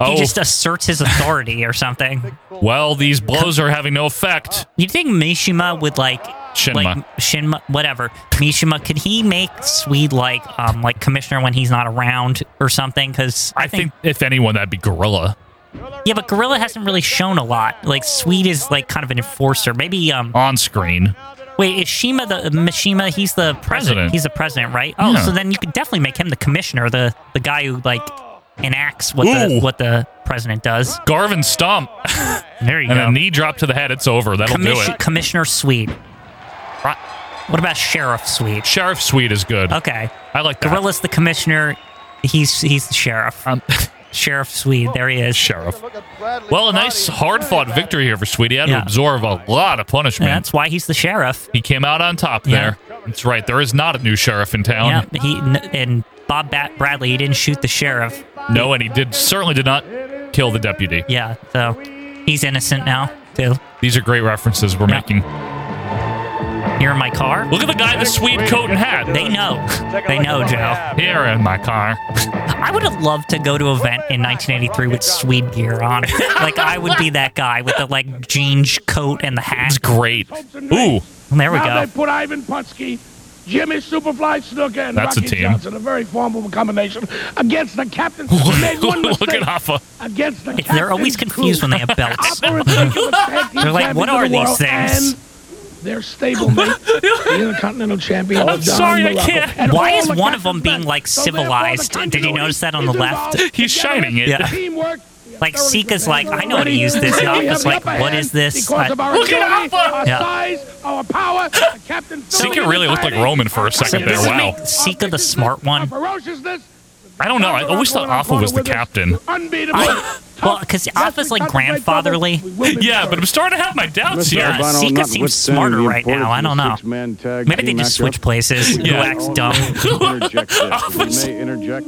A: Oh.
B: He just asserts his authority or something.
A: Well, these blows are having no effect.
B: You think Mishima would like
A: Shinma.
B: like Shinma, whatever Mishima? Could he make Swede like um like commissioner when he's not around or something? Because
A: I think, if anyone, that'd be Gorilla.
B: yeah, but Gorilla hasn't really shown a lot. Like Swede is like kind of an enforcer. Maybe um
A: On screen.
B: wait is Shima the Mishima? He's the president.
A: President.
B: He's the president, right? Oh,
A: Yeah.
B: so then you could definitely make him the commissioner, the the guy who like enacts what the
A: Ooh.
B: what the president does.
A: Garvin stomp
B: There you
A: and
B: go.
A: a knee drop to the head. It's over. That'll do
B: Commission-
A: it.
B: Commissioner Swede. What about Sheriff Swede?
A: Sheriff Sweet is good.
B: Okay.
A: I like that.
B: Gorilla's the commissioner. He's he's the sheriff.
A: Um,
B: Sheriff Swede. There he is.
A: Sheriff. Well, a nice hard fought victory here for Sweet. He had to
B: Yeah.
A: absorb a lot of
B: And
A: punishment.
B: that's why he's the sheriff.
A: he came out on top
B: Yeah.
A: there. That's right. There is not a new sheriff in town.
B: Yeah. He n- and Bob Bat Bradley. He didn't shoot the sheriff.
A: No, and he did certainly did not kill the deputy.
B: Yeah. So he's innocent now too.
A: These are great references we're
B: Yeah.
A: making.
B: Here Here in my car.
A: Look at the guy in the sweet coat and hat.
B: They know. They know, Joe.
A: Here in my car.
B: I would have loved to go to an event in 1983 with Swede gear on. like I would be that guy with the like jeans coat and the
A: It's
B: hat.
A: great. Ooh,
B: There we
F: Now
B: go.
F: they put Ivan Putski, Jimmy Superfly Snooker, and
A: That's a
F: Rocky
A: team.
F: Johnson, a very formidable combination, against the captain. made one
A: look
F: mistake
A: at Hoffa.
F: against the
B: It's- they're always
F: captain's
B: confused
F: crew.
B: when they have belts.
F: Operative thinking of the tag team
B: They're like, what
F: champions
B: are
F: of the
B: these
F: world
B: things?
F: and Their stablemate, the Intercontinental Champion.
A: I'm sorry, I can't-
B: Why is one of them being, like, civilized? Did you notice that on the left?
A: He's shining it.
B: Yeah.
F: Teamwork.
B: Like, Sika's like, I know how to use this. And I'm just like, what is this?
F: Because of our
A: Look at
F: agility,
A: Alpha!
F: our
B: Yeah.
F: size, our power, the captain.
A: Sika really looked like Roman for a
B: So
A: second there.
B: does it
A: Wow.
B: make Sika the smart one?
A: I don't know. I always thought Alpha was the captain.
F: Unbeatable.
B: Well, because Alpha's like grandfatherly.
A: Yeah, but I'm starting to have my doubts here.
B: Albano, Sika seems
G: notwithstanding
B: smarter
G: the
B: right
G: importance
B: now. I
G: of the
B: don't know.
G: six-man tag
B: Maybe they
G: team
B: just
G: matchup,
B: switch places.
A: Yeah.
B: Yeah. Wax dumb.
G: we interject this. We
A: Officer.
G: may interject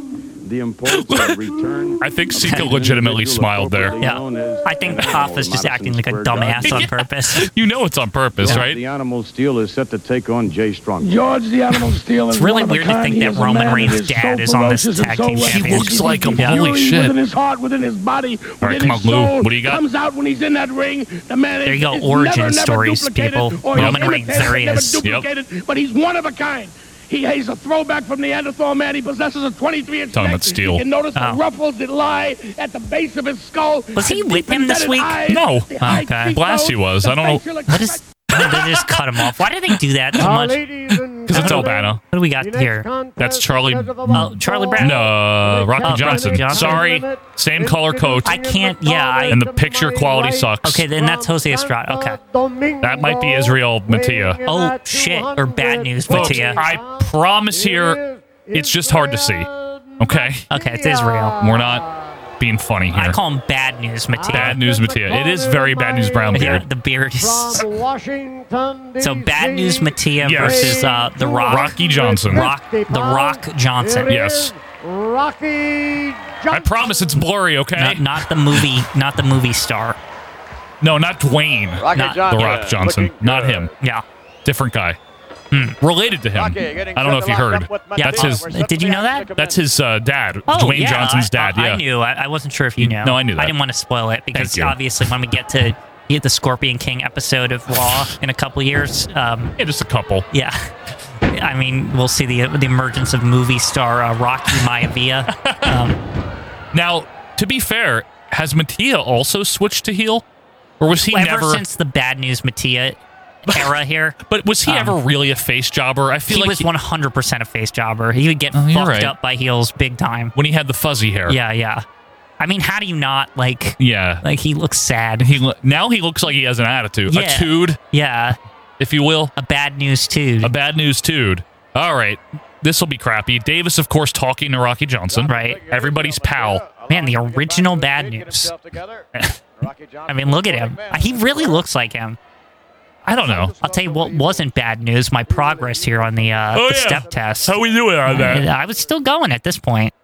G: the importance of return.
A: I think Sika legitimately smiled there.
B: Yeah. I think Hoffa's just acting like a dumbass on purpose.
A: You know it's on purpose,
G: The
A: right?
G: Animal Steel is set to take on Jay Strong.
F: George the Animal Steel is
B: It's really
F: one of a
B: weird to
F: kind.
B: think
F: He
B: that
F: is a
B: Roman
F: man
B: Reigns'
F: that is
B: dad
F: so
B: is on this
F: ferocious and
B: tag
F: so
B: team
F: reckless.
B: champion. He looks
A: like him.
F: Fury
A: Holy shit.
F: Within his heart, within his body,
A: right,
F: within
A: come
F: his
A: on, Lou.
F: soul,
A: What do you got?
F: Comes out when he's in that ring. The man
B: There
F: is,
B: you go,
F: is
B: origin
F: never, never
B: stories,
F: duplicated
B: people.
F: or is
B: Roman
F: imitated,
B: Reigns, there he
F: never
B: is. Yep.
F: duplicated, But he's one of a kind. He he's a throwback from Neanderthal man. He possesses a 23-inch
A: Talking about steel.
F: You can notice
B: Oh.
F: the ruffles that lie at the base of his skull.
B: Was he
F: The
B: with him this
F: indented
B: week?
F: eyes,
A: No.
F: the
B: Oh,
F: high
B: okay.
F: cheekbones,
A: Blast he was.
F: the
A: I don't know-
F: facial
B: What is. They just cut him off. Why do they do that so much? What
A: Because it's Albano.
B: do we got here?
A: That's Charlie-
B: Oh, Charlie Brown.
A: No, uh, Rocky
B: Rocky
A: Johnson.
B: Johnson.
A: Sorry. Same color coat.
B: I can't- yeah, I-
A: And the picture quality sucks.
B: Okay, then that's Jose Estrada. Okay.
A: That might be Israel Mattia.
B: Oh, shit. Or bad news,
A: Folks,
B: Mattia.
A: I promise here, it's just hard to see. Okay?
B: Okay, it's Israel.
A: We're not being funny here.
B: I call him bad news, Mattia.
A: Bad news, Mattia. It is very bad news, Brown
B: Yeah,
A: beard.
B: the beard is.
D: Washington,
B: So bad news, Mattia
A: Yes.
B: versus uh, the Rock.
A: Rocky Johnson.
B: Rock, the Rock Johnson.
A: Yeah. Yes.
D: Rocky
A: I promise it's blurry, okay?
B: Not, not the movie, not the movie star.
A: no, not Dwayne.
E: Rocky
B: Not-
A: The
E: Johnson.
A: Rock Johnson.
E: looking
A: Not
E: good.
A: him.
B: Yeah.
A: Different guy. Hmm. Related to him.
B: Um,
E: Rocky, getting
A: I don't know if you
E: set to lock
A: heard.
E: up with Oh,
B: Yeah,
A: That's
E: Mattia.
A: his.
E: We're
B: Did you
E: something
B: know that?
E: to
A: That's his uh, dad, Dwayne
B: Oh, yeah,
A: Johnson's
B: I-
A: dad.
B: I,
A: yeah.
B: I knew. I, I wasn't sure if you knew.
A: No, I knew that.
B: I didn't want to spoil it because
A: you.
B: obviously when we get to get the Scorpion King episode of Law in a couple years, um,
A: Yeah, just a couple.
B: yeah. I mean, we'll see the the emergence of movie star uh, Rocky Maivia.
A: Now, to be fair, has Mattia also switched to heel, or was he
B: Ever
A: never?
B: since the Bad News Mattia era here,
A: but was he
B: um,
A: ever really a face jobber? I feel
B: he
A: like
B: was 100% a face jobber. He would get
A: Oh, you're
B: fucked
A: right.
B: up by heels big time.
A: when he had the fuzzy hair.
B: Yeah, yeah. I mean, how do you not like?
A: yeah.
B: Like he looks sad.
A: he lo- now he looks like he has an attitude, a
B: Yeah.
A: tude,
B: yeah,
A: if you will,
B: a bad news too.
A: a bad news tude. All right, this will be crappy. Davis, of course, talking to Rocky Johnson.
B: Right.
A: everybody's pal.
B: Man, the original bad news. I mean, look at him. Uh, He really looks like him.
A: I don't know.
B: I'll tell you what wasn't bad news. My progress here on the, uh,
A: Oh,
B: the
A: yeah.
B: step test.
A: How we doing on that?
B: I was still going at this point.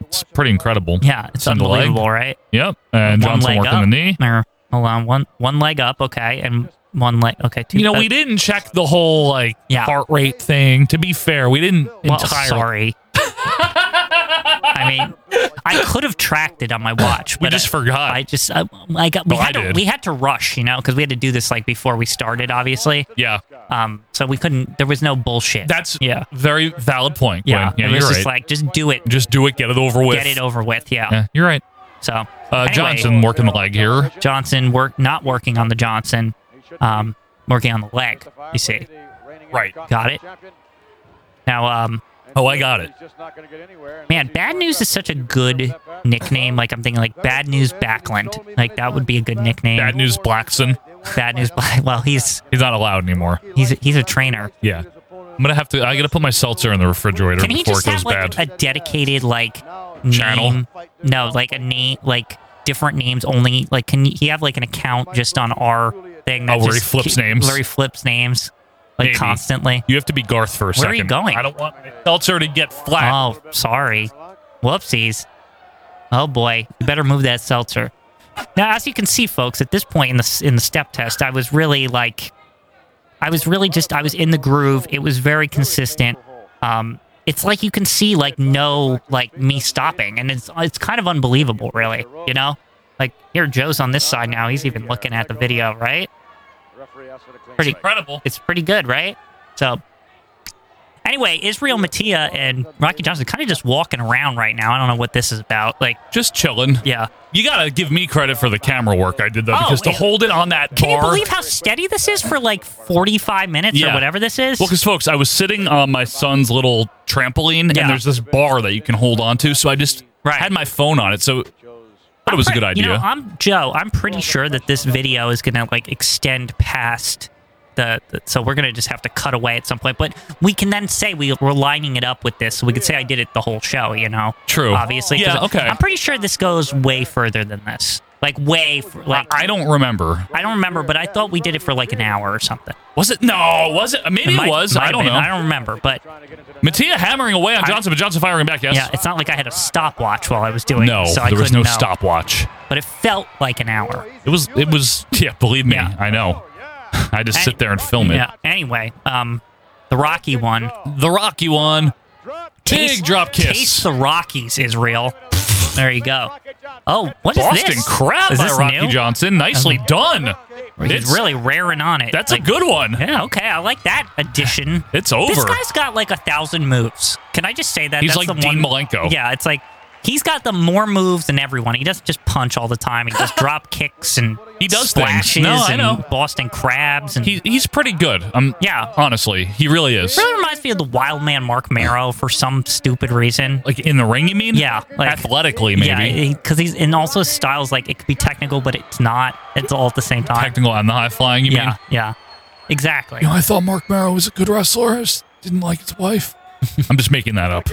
A: It's pretty incredible.
B: Yeah, it's
A: Send the leg.
B: unbelievable, right?
A: Yep. And Johnson
B: leg
A: working
B: up.
A: the knee.
B: Or, hold on, one one leg up, okay, and one leg. Okay, two.
A: You know,
B: uh,
A: we didn't check the whole like
B: Yeah.
A: heart rate thing. To be fair, we didn't
B: Well,
A: entirely.
B: sorry. I mean, I could have tracked it on my watch,
A: We
B: but
A: just
B: I,
A: forgot.
B: I just, I, I got, we
A: Oh, I
B: had to,
A: did.
B: we had to rush, you know, because we had to do this like before we started, obviously.
A: Yeah,
B: Um, so we couldn't. There was no bullshit.
A: that's
B: yeah,
A: very valid point.
B: yeah.
A: Glenn. yeah,
B: it was
A: you're
B: just
A: right.
B: like just do it,
A: just do it, get it over with.
B: get it over with. Yeah.
A: Yeah, you're right.
B: So uh,
A: Uh, Johnson working the leg here.
B: Johnson work not working on the Johnson, um, working on the leg. You see.
A: Right.
B: Got it. Now, um,
A: Oh, I got it.
B: man, bad news is such a good nickname. Like I'm thinking, like bad news Backlund. Like that would be a good nickname.
A: Bad news Blackson.
B: Bad news. Black- Well, he's
A: He's not allowed anymore.
B: he's a, he's a trainer.
A: Yeah, I'm gonna have to. I gotta put my seltzer in the refrigerator
B: Can he
A: before it
B: just
A: goes
B: have like
A: bad.
B: a dedicated like name?
A: Channel?
B: No, like a name, like different names only. Like, can he have like an account just on our thing? That
A: Oh, where he
B: just
A: flips
B: keep-
A: names?
B: Where he flips names, like
A: Maybe.
B: constantly.
A: you have to be Garth for a second.
B: Where are you going?
A: I don't want my seltzer to get flat.
B: Oh, sorry. Whoopsies. Oh boy, you better move that seltzer. Now, as you can see, folks, at this point in the in the step test, I was really like I was really just I was in the groove. It was very consistent. Um, it's like you can see like no like me stopping, and it's it's kind of unbelievable, really. You know, like here Joe's on this side now. He's even looking at the video, right? Pretty
A: Incredible.
B: It's pretty good, right? So. Anyway, Israel Mattia and Rocky Johnson kind of just walking around right now. I don't know what this is about. Like,
A: Just chilling.
B: yeah.
A: You gotta give me credit for the camera work I did though,
B: Oh,
A: because to
B: it-
A: hold it on that
B: Can
A: bar.
B: you believe how steady this is for like 45 minutes
A: Yeah.
B: or whatever this is?
A: Well, because folks, I was sitting on my son's little trampoline,
B: Yeah.
A: and there's this bar that you can hold on to. So I just
B: Right.
A: had my phone on it, so thought it was a good idea.
B: You know, I'm Joe. I'm pretty sure that this video is gonna like extend past the, the- So we're gonna just have to cut away at some point. But we can then say we, we're lining it up with this, so we could say I did it the whole show. You know,
A: True.
B: Obviously, 'cause
A: Yeah, okay.
B: I'm pretty sure this goes way further than this. Like way, f like
A: I don't remember.
B: I don't remember, but I thought we did it for like an hour or something.
A: Was it? No, was it? Maybe it,
B: might-
A: was.
B: might
A: I
B: have
A: don't
B: been.
A: know.
B: I don't remember, but
A: Mattia hammering away on Johnson, but Johnson firing back. Yes.
B: yeah, it's not like I had a stopwatch while I was doing.
A: no,
B: it, so I
A: there was no
B: couldn't know.
A: stopwatch.
B: but it felt like an hour.
A: It was. It was. Yeah, believe me, I know. I just
B: Hey.
A: sit there and film it.
B: Yeah. Anyway, um, the Rocky one.
A: The Rocky one, big
B: Taste-
A: drop kiss.
B: Taste the Rockies, Israel. there you go. Oh, what is
A: Boston
B: this?
A: crab
B: Is
A: by
B: this
A: Rocky
B: new?
A: Johnson. Nicely done.
B: He's
A: It's-
B: really raring on it.
A: That's
B: like,
A: a good one.
B: Yeah, okay, I like that addition.
A: It's over.
B: This guy's got like a thousand moves. Can I just say that?
A: He's
B: That's
A: like
B: the
A: Dean
B: one,
A: Malenko.
B: Yeah, it's like he's got the more moves than everyone. He doesn't just punch all the time. He does drop kicks and
A: He does things.
B: splashes
A: No, I
B: and
A: know.
B: Boston crabs and
A: He, he's pretty good. Um,
B: Yeah.
A: honestly, he really is.
B: really reminds me of the wild man Mark Marrow for some stupid reason.
A: Like in the ring, you mean?
B: Yeah, like-
A: athletically,
B: Yeah,
A: maybe.
B: because he's and also his styles like it could be technical, but it's not. It's all at the same time.
A: Technical and the high flying, you
B: yeah,
A: mean?
B: yeah, exactly.
A: I thought Mark Merrow was a good wrestler. I just didn't like his wife. I'm just making that up.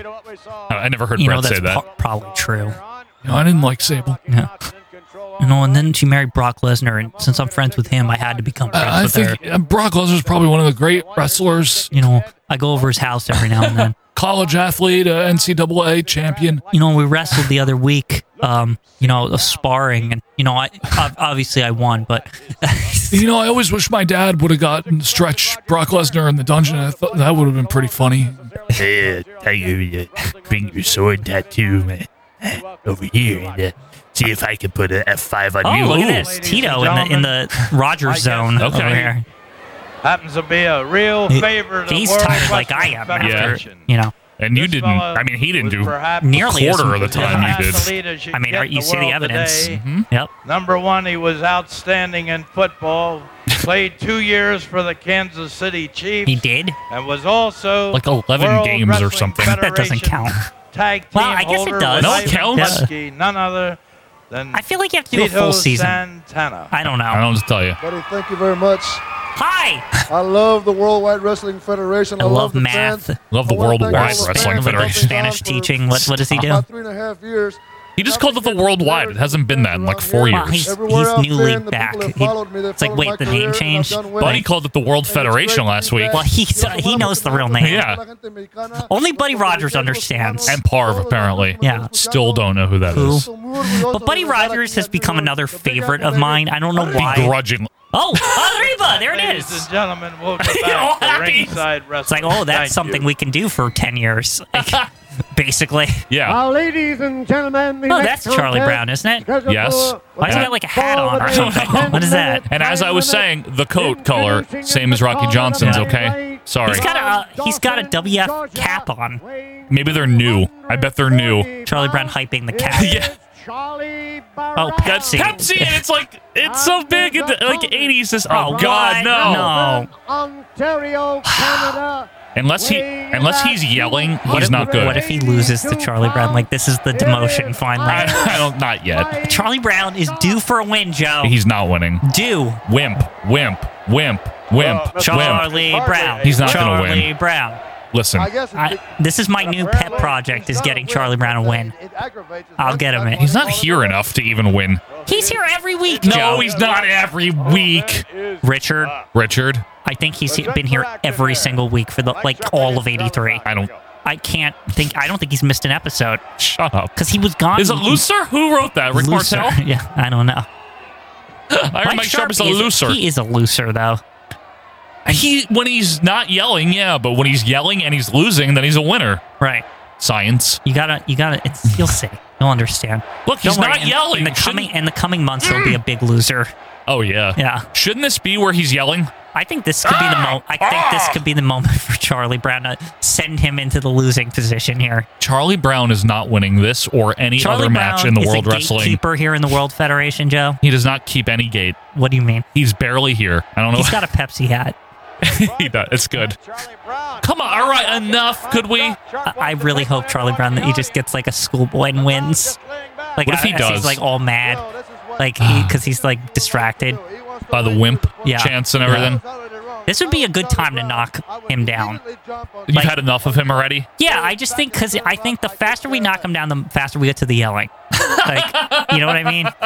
A: I I never heard
B: You know
A: Brett
B: that's
A: say that.
B: pro- probably true.
A: No, I didn't like Sable.
B: Yeah. You know, and then she married Brock Lesnar, and since I'm friends with him, I had to become friends
A: I
B: with her.
A: think uh, Brock Lesnar's probably one of the great wrestlers,
B: You know, I go over his house every now and then.
A: college athlete, uh, NCAA champion.
B: You know, we wrestled the other week. Um, you know, a sparring, and you know, I ob- obviously I won, but
A: You know, I always wish my dad would have gotten stretch Brock Lesnar in the dungeon. I thought that would have been pretty funny.
H: Hey, uh, Tiger, uh, bring your sword tattoo man, uh, over here and uh, see if I can put an F5 on
B: oh,
H: you.
B: look
H: Ooh.
B: at this, Tito in the in the Rogers zone
A: Okay.
B: over here.
I: Happens to be a real
B: He-
I: favorite of the
B: He's
I: World
B: tired like I
I: Wrestling
B: am after,
I: Federation.
B: you know.
A: And you
I: This
A: didn't.
I: fella
A: I mean, he didn't
I: was
A: do.
I: perhaps
B: nearly as
A: quarter of the
B: much
A: time
B: as
A: he
B: I-
A: did.
I: athlete as you
B: I mean,
I: get
B: are-
I: in
B: you see the
I: world
B: evidence. Mm-hmm.
I: today.
B: Yep.
I: Number one, he was outstanding in football. Played two years for the Kansas City Chiefs.
B: He did.
I: and was also
A: Like 11
I: World
A: games or
I: Wrestling
A: something.
B: That
I: Federation
B: doesn't count.
I: Tag team
B: Well, I guess it
I: holder
B: does.
I: with
A: No, it
I: Ivan
A: counts.
I: Gretzky, None other than
B: I feel like you have to do a
I: Tito
B: full season.
I: Santana.
B: I don't know.
A: I don't just tell you.
D: Buddy, thank you very much.
B: Hi.
D: I love the World Wide Wrestling Federation.
B: I
D: I,
B: love
D: love, the
B: math.
D: fans.
A: Love the
D: I wanna
A: World
D: thank
A: Wide
D: all the
A: Wrestling
D: fans I've been
A: Federation.
D: on
B: Spanish
D: for
B: teaching. What what does he do?
D: About three and a half years.
A: He just called it the World Wide. It hasn't been that in like four
B: Well,
A: years.
B: he's, he's
D: Everywhere I've
B: newly
D: been, the
B: back.
D: people that
B: He-
D: followed me, they
B: it's like
D: followed
B: wait,
D: my
B: the name
D: career, and
B: changed.
D: I've done well.
A: Buddy called it the World Federation last week.
B: Well, he's uh, he knows the real name.
A: Yeah.
B: Only Buddy Rogers understands.
A: And Parv, apparently.
B: Yeah.
A: Still don't know who that
B: Who?
A: is.
B: But Buddy Rogers has become another favorite of mine. I don't know why.
A: Begrudgingly.
B: Oh, Arriba, there it
I: Ladies
B: is.
I: and gentlemen, welcome back
B: all
I: to
B: happy.
I: Ringside
B: It's like,
I: Wrestling.
B: oh, that's
I: Thank you.
B: something we can do for ten years, like, basically.
A: Yeah.
D: Now, ladies and gentlemen, the
B: Oh,
D: next
B: that's Charlie
D: contest
B: Brown, isn't it?
D: scheduled
A: Yes.
D: for-
B: Why does he
A: Yeah.
B: got like a hat on or
A: I don't
B: something?
A: know.
B: What is that?
A: And as I was saying, the coat color, same as Rocky Johnson's, okay? Sorry.
B: He's got a uh, he's got a WF cap on.
A: Maybe they're new. I bet they're new.
B: Charlie Brown hyping the cat.
A: Yeah.
D: Charlie
B: Oh, Pepsi.
A: Pepsi, and it's like, it's so big, it, like 80s. Is, oh,
B: Oh,
A: God,
B: what?
A: no.
B: No.
D: Ontario, Canada.
A: Unless he, unless he's yelling,
B: What
A: he's
B: if,
A: not good.
B: What if he loses to Charlie Brown? Like this is the demotion finally.
A: I, I don't, not yet.
B: Charlie Brown is due for a win, Joe.
A: He's not winning.
B: due.
A: Wimp, wimp, wimp, wimp, wimp.
B: Charlie Brown.
A: He's not gonna
B: Charlie
A: win.
B: Brown.
A: Listen,
D: I guess it's
B: I, this is my new pet project: is getting Charlie Brown a win. I'll get him it.
A: he's not here enough to even win.
B: He's here every week,
A: No,
B: Joe.
A: he's not every week.
B: Richard.
A: Richard,
B: I think he's he- been here every single week for the like all of '83.
A: I don't.
B: I can't think. I don't think he's missed an episode
A: Shut up.
B: because he was gone.
A: Is it looser? Who wrote that? Rick
B: Looser.
A: Martel?
B: Yeah, I don't know.
A: Iron Mike Sharp is a looser.
B: He is a looser, though.
A: He when he's not yelling, yeah, but when he's yelling and he's losing, then he's a winner.
B: Right.
A: Science.
B: You gotta, you gotta. It's you'll see. You'll understand.
A: Look,
B: Don't
A: he's
B: worry,
A: not
B: in-
A: yelling.
B: In the
A: Shouldn't-
B: coming, in the coming months, he'll be a big loser.
A: Oh yeah.
B: Yeah.
A: Shouldn't this be where he's yelling?
B: I think this could be the moment. I
A: Ah!
B: think this could be the moment for Charlie Brown to send him into the losing position here.
A: Charlie Brown is not winning this or any other
B: Charlie Brown
A: match in the
B: is
A: World
B: a
A: Wrestling.
B: gatekeeper here in the World Federation, Joe.
A: He does not keep any gate.
B: What do you mean?
A: He's barely here. I don't know.
B: He's got a Pepsi hat.
A: he does. It's good. Come on. All right. Enough. Could we?
B: I I really hope Charlie Brown that he just gets like a schoolboy and wins. Like uh,
A: What if he
B: as
A: does?
B: He's like all mad, like because he's like distracted.
A: By the wimp
B: Yeah.
A: chance and everything.
B: This would be a good time to knock him down.
A: You've
B: Like-
A: had enough of him already.
B: Yeah, I just think because I think the faster we knock him down, the faster we get to the yelling. Like, you know what I mean?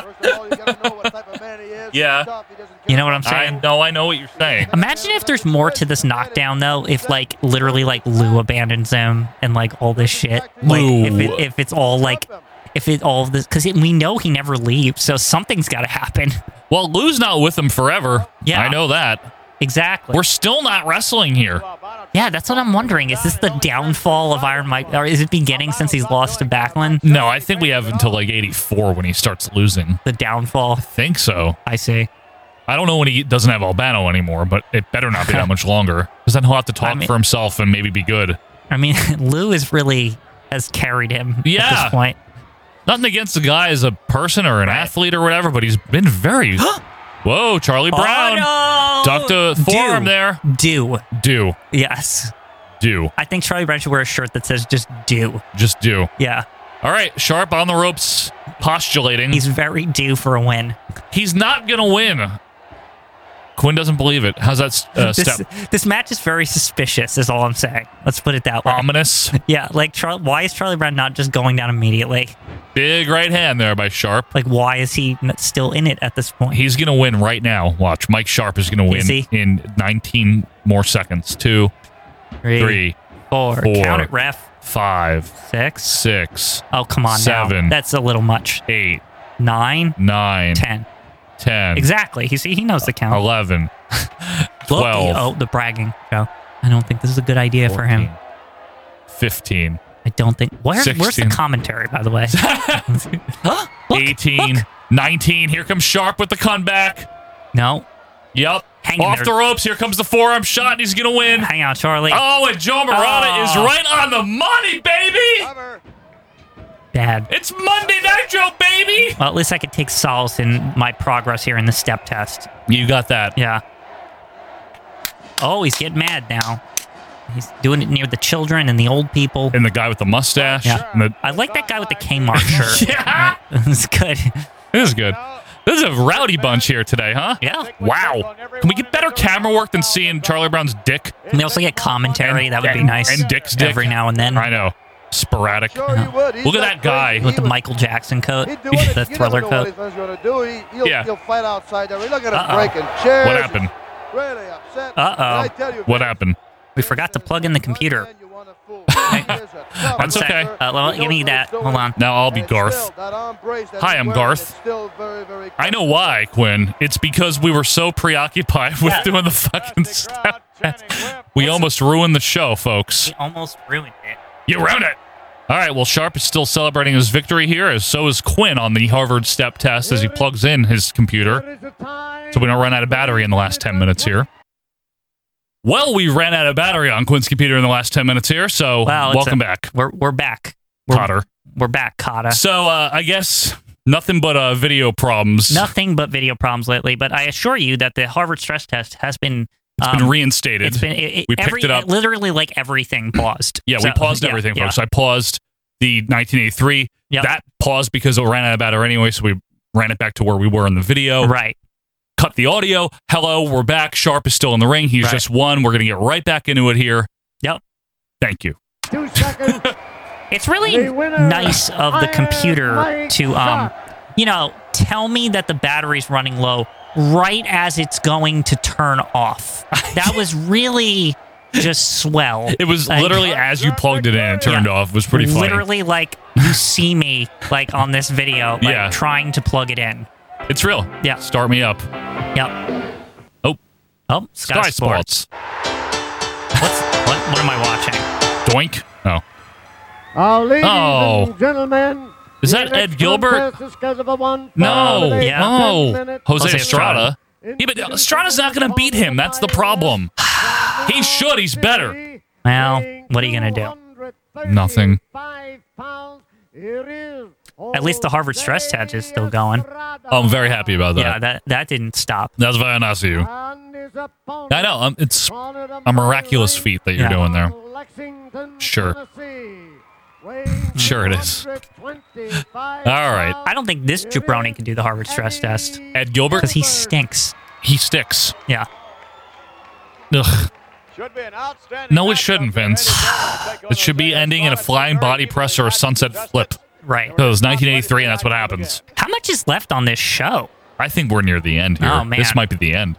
A: Yeah.
B: You know what I'm
A: I
B: saying?
A: know. I know what you're saying.
B: Imagine if there's more to this knockdown though. If like literally like Lou abandons him and like all this shit. Like,
A: Lou.
B: If, it, if it's all like, if it all of this because we know he never leaves, so something's got to happen.
A: Well, Lou's not with him forever.
B: Yeah.
A: I know that.
B: Exactly.
A: We're still not wrestling here.
B: yeah, that's what I'm wondering. Is this the downfall of Iron Mike, or is it beginning since he's lost to Backlund?
A: No, I think we have until like 84 when he starts losing.
B: The downfall.
A: Think so.
B: I see.
A: I don't know when he doesn't have Albano anymore, but it better not be that much longer. Because then he'll have to talk
B: I mean-
A: for himself and maybe be good.
B: I mean, Lou is really has carried him at
A: Yeah.
B: this point.
A: Nothing against the guy as a person or an athlete or whatever, but he's been very. Whoa, Charlie Brown.
B: Oh, no!
A: Duck the forearm
B: Do.
A: there.
B: Do.
A: Do,
B: Yes.
A: do,
B: I think Charlie Brown should wear a shirt that says just do.
A: just do.
B: Yeah.
A: All right, Sharp on the ropes, postulating.
B: He's very due for a win.
A: He's not going to win. Quinn doesn't believe it. How's that uh,
B: this,
A: step?
B: this match is very suspicious, is all I'm saying. Let's put it that way.
A: Ominous.
B: yeah, like, Char- why is Charlie Brown not just going down immediately?
A: Big right hand there by Sharp.
B: Like, why is he n- still in it at this point?
A: He's going to win right now. Watch. Mike Sharp is going to
B: Is
A: win
B: he?
A: in 19 more seconds. Two, three,
B: four.
A: four.
B: Count it, ref.
A: five,
B: Six.
A: six,
B: Oh, come on
A: Seven.
B: now. That's a little much.
A: eight,
B: Nine.
A: nine,
B: Ten.
A: 10,
B: Exactly. He see, he knows the count.
A: 11,
B: Look,
A: 12.
B: Oh, the bragging. Joe. I don't think this is a good idea for him.
A: 15,
B: I don't think. Where, where's the
A: 16.
B: commentary, by the way? Huh? Look,
A: 18,
B: look.
A: 19. Here comes Sharp with the comeback.
B: No.
A: Yep.
B: Hang in
A: Off the
B: there.
A: ropes. Here comes the forearm shot, and he's going to win.
B: Hang on, Charlie.
A: Oh, and Joe Morata
B: Oh.
A: is right on the money, baby.
B: Bad.
A: It's Monday Nitro, baby.
B: Well, at least I could take solace in my progress here in the step test.
A: You got that.
B: Yeah. Oh, he's getting mad now. He's doing it near the children and the old people.
A: And the guy with the mustache.
B: Yeah.
A: and the-
B: I like that guy with the Kmart shirt.
A: yeah.
B: it's good.
A: This is good. This is a rowdy bunch here today, huh?
B: Yeah.
A: Wow. Can we get better camera work than seeing Charlie Brown's dick?
B: And we also get commentary. that would be
A: and-
B: nice.
A: And Dick's dick.
B: Every now and then.
A: I know. Sporadic.
D: Look
A: Look at that guy.
B: With the Michael Jackson coat, the thriller coat.
A: Yeah.
D: yeah. he'll fight outside there. Look at him
B: Uh-oh.
D: breaking chairs.
A: What happened?
D: Really upset.
B: Uh-oh.
D: I tell you,
A: What happened?
B: We forgot to plug in the computer.
A: That's
B: One sec.
A: okay.
B: Uh, well, give me that. Hold on.
A: Now I'll be Garth. Hi, I'm Garth. I know why, Quinn. It's because we were so preoccupied with doing the fucking step. We almost ruined the show, folks.
B: He almost ruined it.
A: You ruined it. All right, well, Sharp is still celebrating his victory here, as so is Quinn on the Harvard step test as he plugs in his computer so we don't run out of battery in the last 10 minutes here. Well, we ran out of battery on Quinn's computer in the last 10 minutes here, so
B: Wow, it's
A: welcome
B: a-
A: back,
B: We're we're back. We're,
A: Potter.
B: We're back, Kata.
A: So uh, I guess nothing but uh, video problems.
B: Nothing but video problems lately, but I assure you that the Harvard stress test has been. um,
A: It's been reinstated.
B: It's been it, it-
A: we picked
B: every-
A: it up.
B: Literally, like everything paused.
A: Yeah, we
B: So,
A: paused
B: yeah,
A: everything,
B: yeah.
A: folks. I paused the 1983.
B: Yep.
A: That paused because it ran out of battery anyway, so we ran it back to where we were in the video.
B: Right.
A: Cut the audio. Hello, we're back. Sharp is still in the ring. He's
B: Right.
A: just won. We're going to get right back into it here.
B: Yep.
A: Thank you.
D: Two seconds.
B: It's really
D: The winner,
B: nice of the
D: Iron
B: computer
D: Mike
B: to um, you know, tell me that the battery's running low right as it's going to turn off. That was really just swell.
A: It was
B: Like,
A: literally as you plugged it in, it turned
B: Yeah.
A: off. It was pretty funny.
B: Literally, like you see me like on this video, like
A: Yeah.
B: trying to plug it in.
A: It's real.
B: Yeah.
A: Start me up.
B: Yep.
A: Oh,
B: Oh, Sky,
A: Sky
B: Sports.
A: Sports.
B: What's what? What am I watching?
A: Doink.
B: Uh,
A: Oh.
J: Oh, ladies
A: Oh.
J: and gentlemen.
A: Is
J: the
A: that
J: next
A: Ed Gilbert?
J: contest is scheduled for one
A: No.
J: Saturday,
B: yeah.
J: 10
A: No.
J: minutes.
A: Jose
B: Jose
A: Estrada.
B: Estrada.
A: Yeah, but uh, Estrada's not going to beat him. That's the problem. He should. He's better.
B: Well, what are you gonna do?
A: Nothing.
J: At
B: At least the Harvard stress test is still going.
A: Oh, I'm very happy about that.
B: Yeah, that that didn't stop.
A: That's very nice of you. I
J: I
A: know. Um, it's a miraculous feat that you're
B: Yeah.
A: doing there. Sure.
J: Sure.
A: Sure it is. All right.
B: I don't think this jabroni can do the Harvard stress test
A: Ed Gilbert.
B: because he stinks.
A: He sticks.
B: Yeah.
A: Ugh.
C: Should be an outstanding
A: No, it
C: matchup
A: shouldn't,
C: for
A: Vince.
C: Eddie Jones to take
A: It
C: on
A: should be
C: Jose
A: ending in a
C: Estrada.
A: flying
C: Very
A: body
C: evenly
A: press or a
C: matched
A: sunset
C: contestant.
A: flip.
B: Right.
A: Because it was 1983, and that's what happens.
B: How much is left on this show?
A: I think we're near the end here.
B: Oh, man.
A: This might be the end.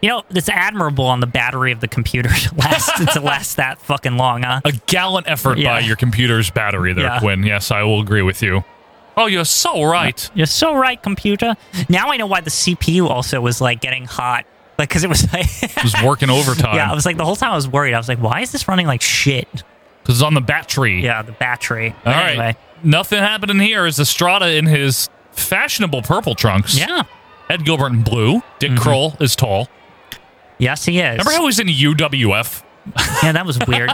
B: You know, it's admirable on the battery of the computer to last to last that fucking long, huh?
A: A gallant effort
B: Yeah.
A: by your computer's battery there,
B: Yeah.
A: Quinn. Yes, I will agree with you. Oh, you're so right.
B: You're so right, computer. Now I know why the CPU also was like getting hot, like because it was like
A: It was working overtime.
B: yeah. I was like the whole time I was worried. I was like, why is this running like shit?
A: Because it's on the battery.
B: Yeah, the battery.
A: All right.
B: anyway,
A: Nothing happening here. Is Estrada in his fashionable purple trunks?
B: yeah. Mm-hmm.
A: Ed Gilbert in blue. Dick Kroll is tall.
B: Yes, he is.
A: Remember how he was in UWF?
B: yeah, that was weird.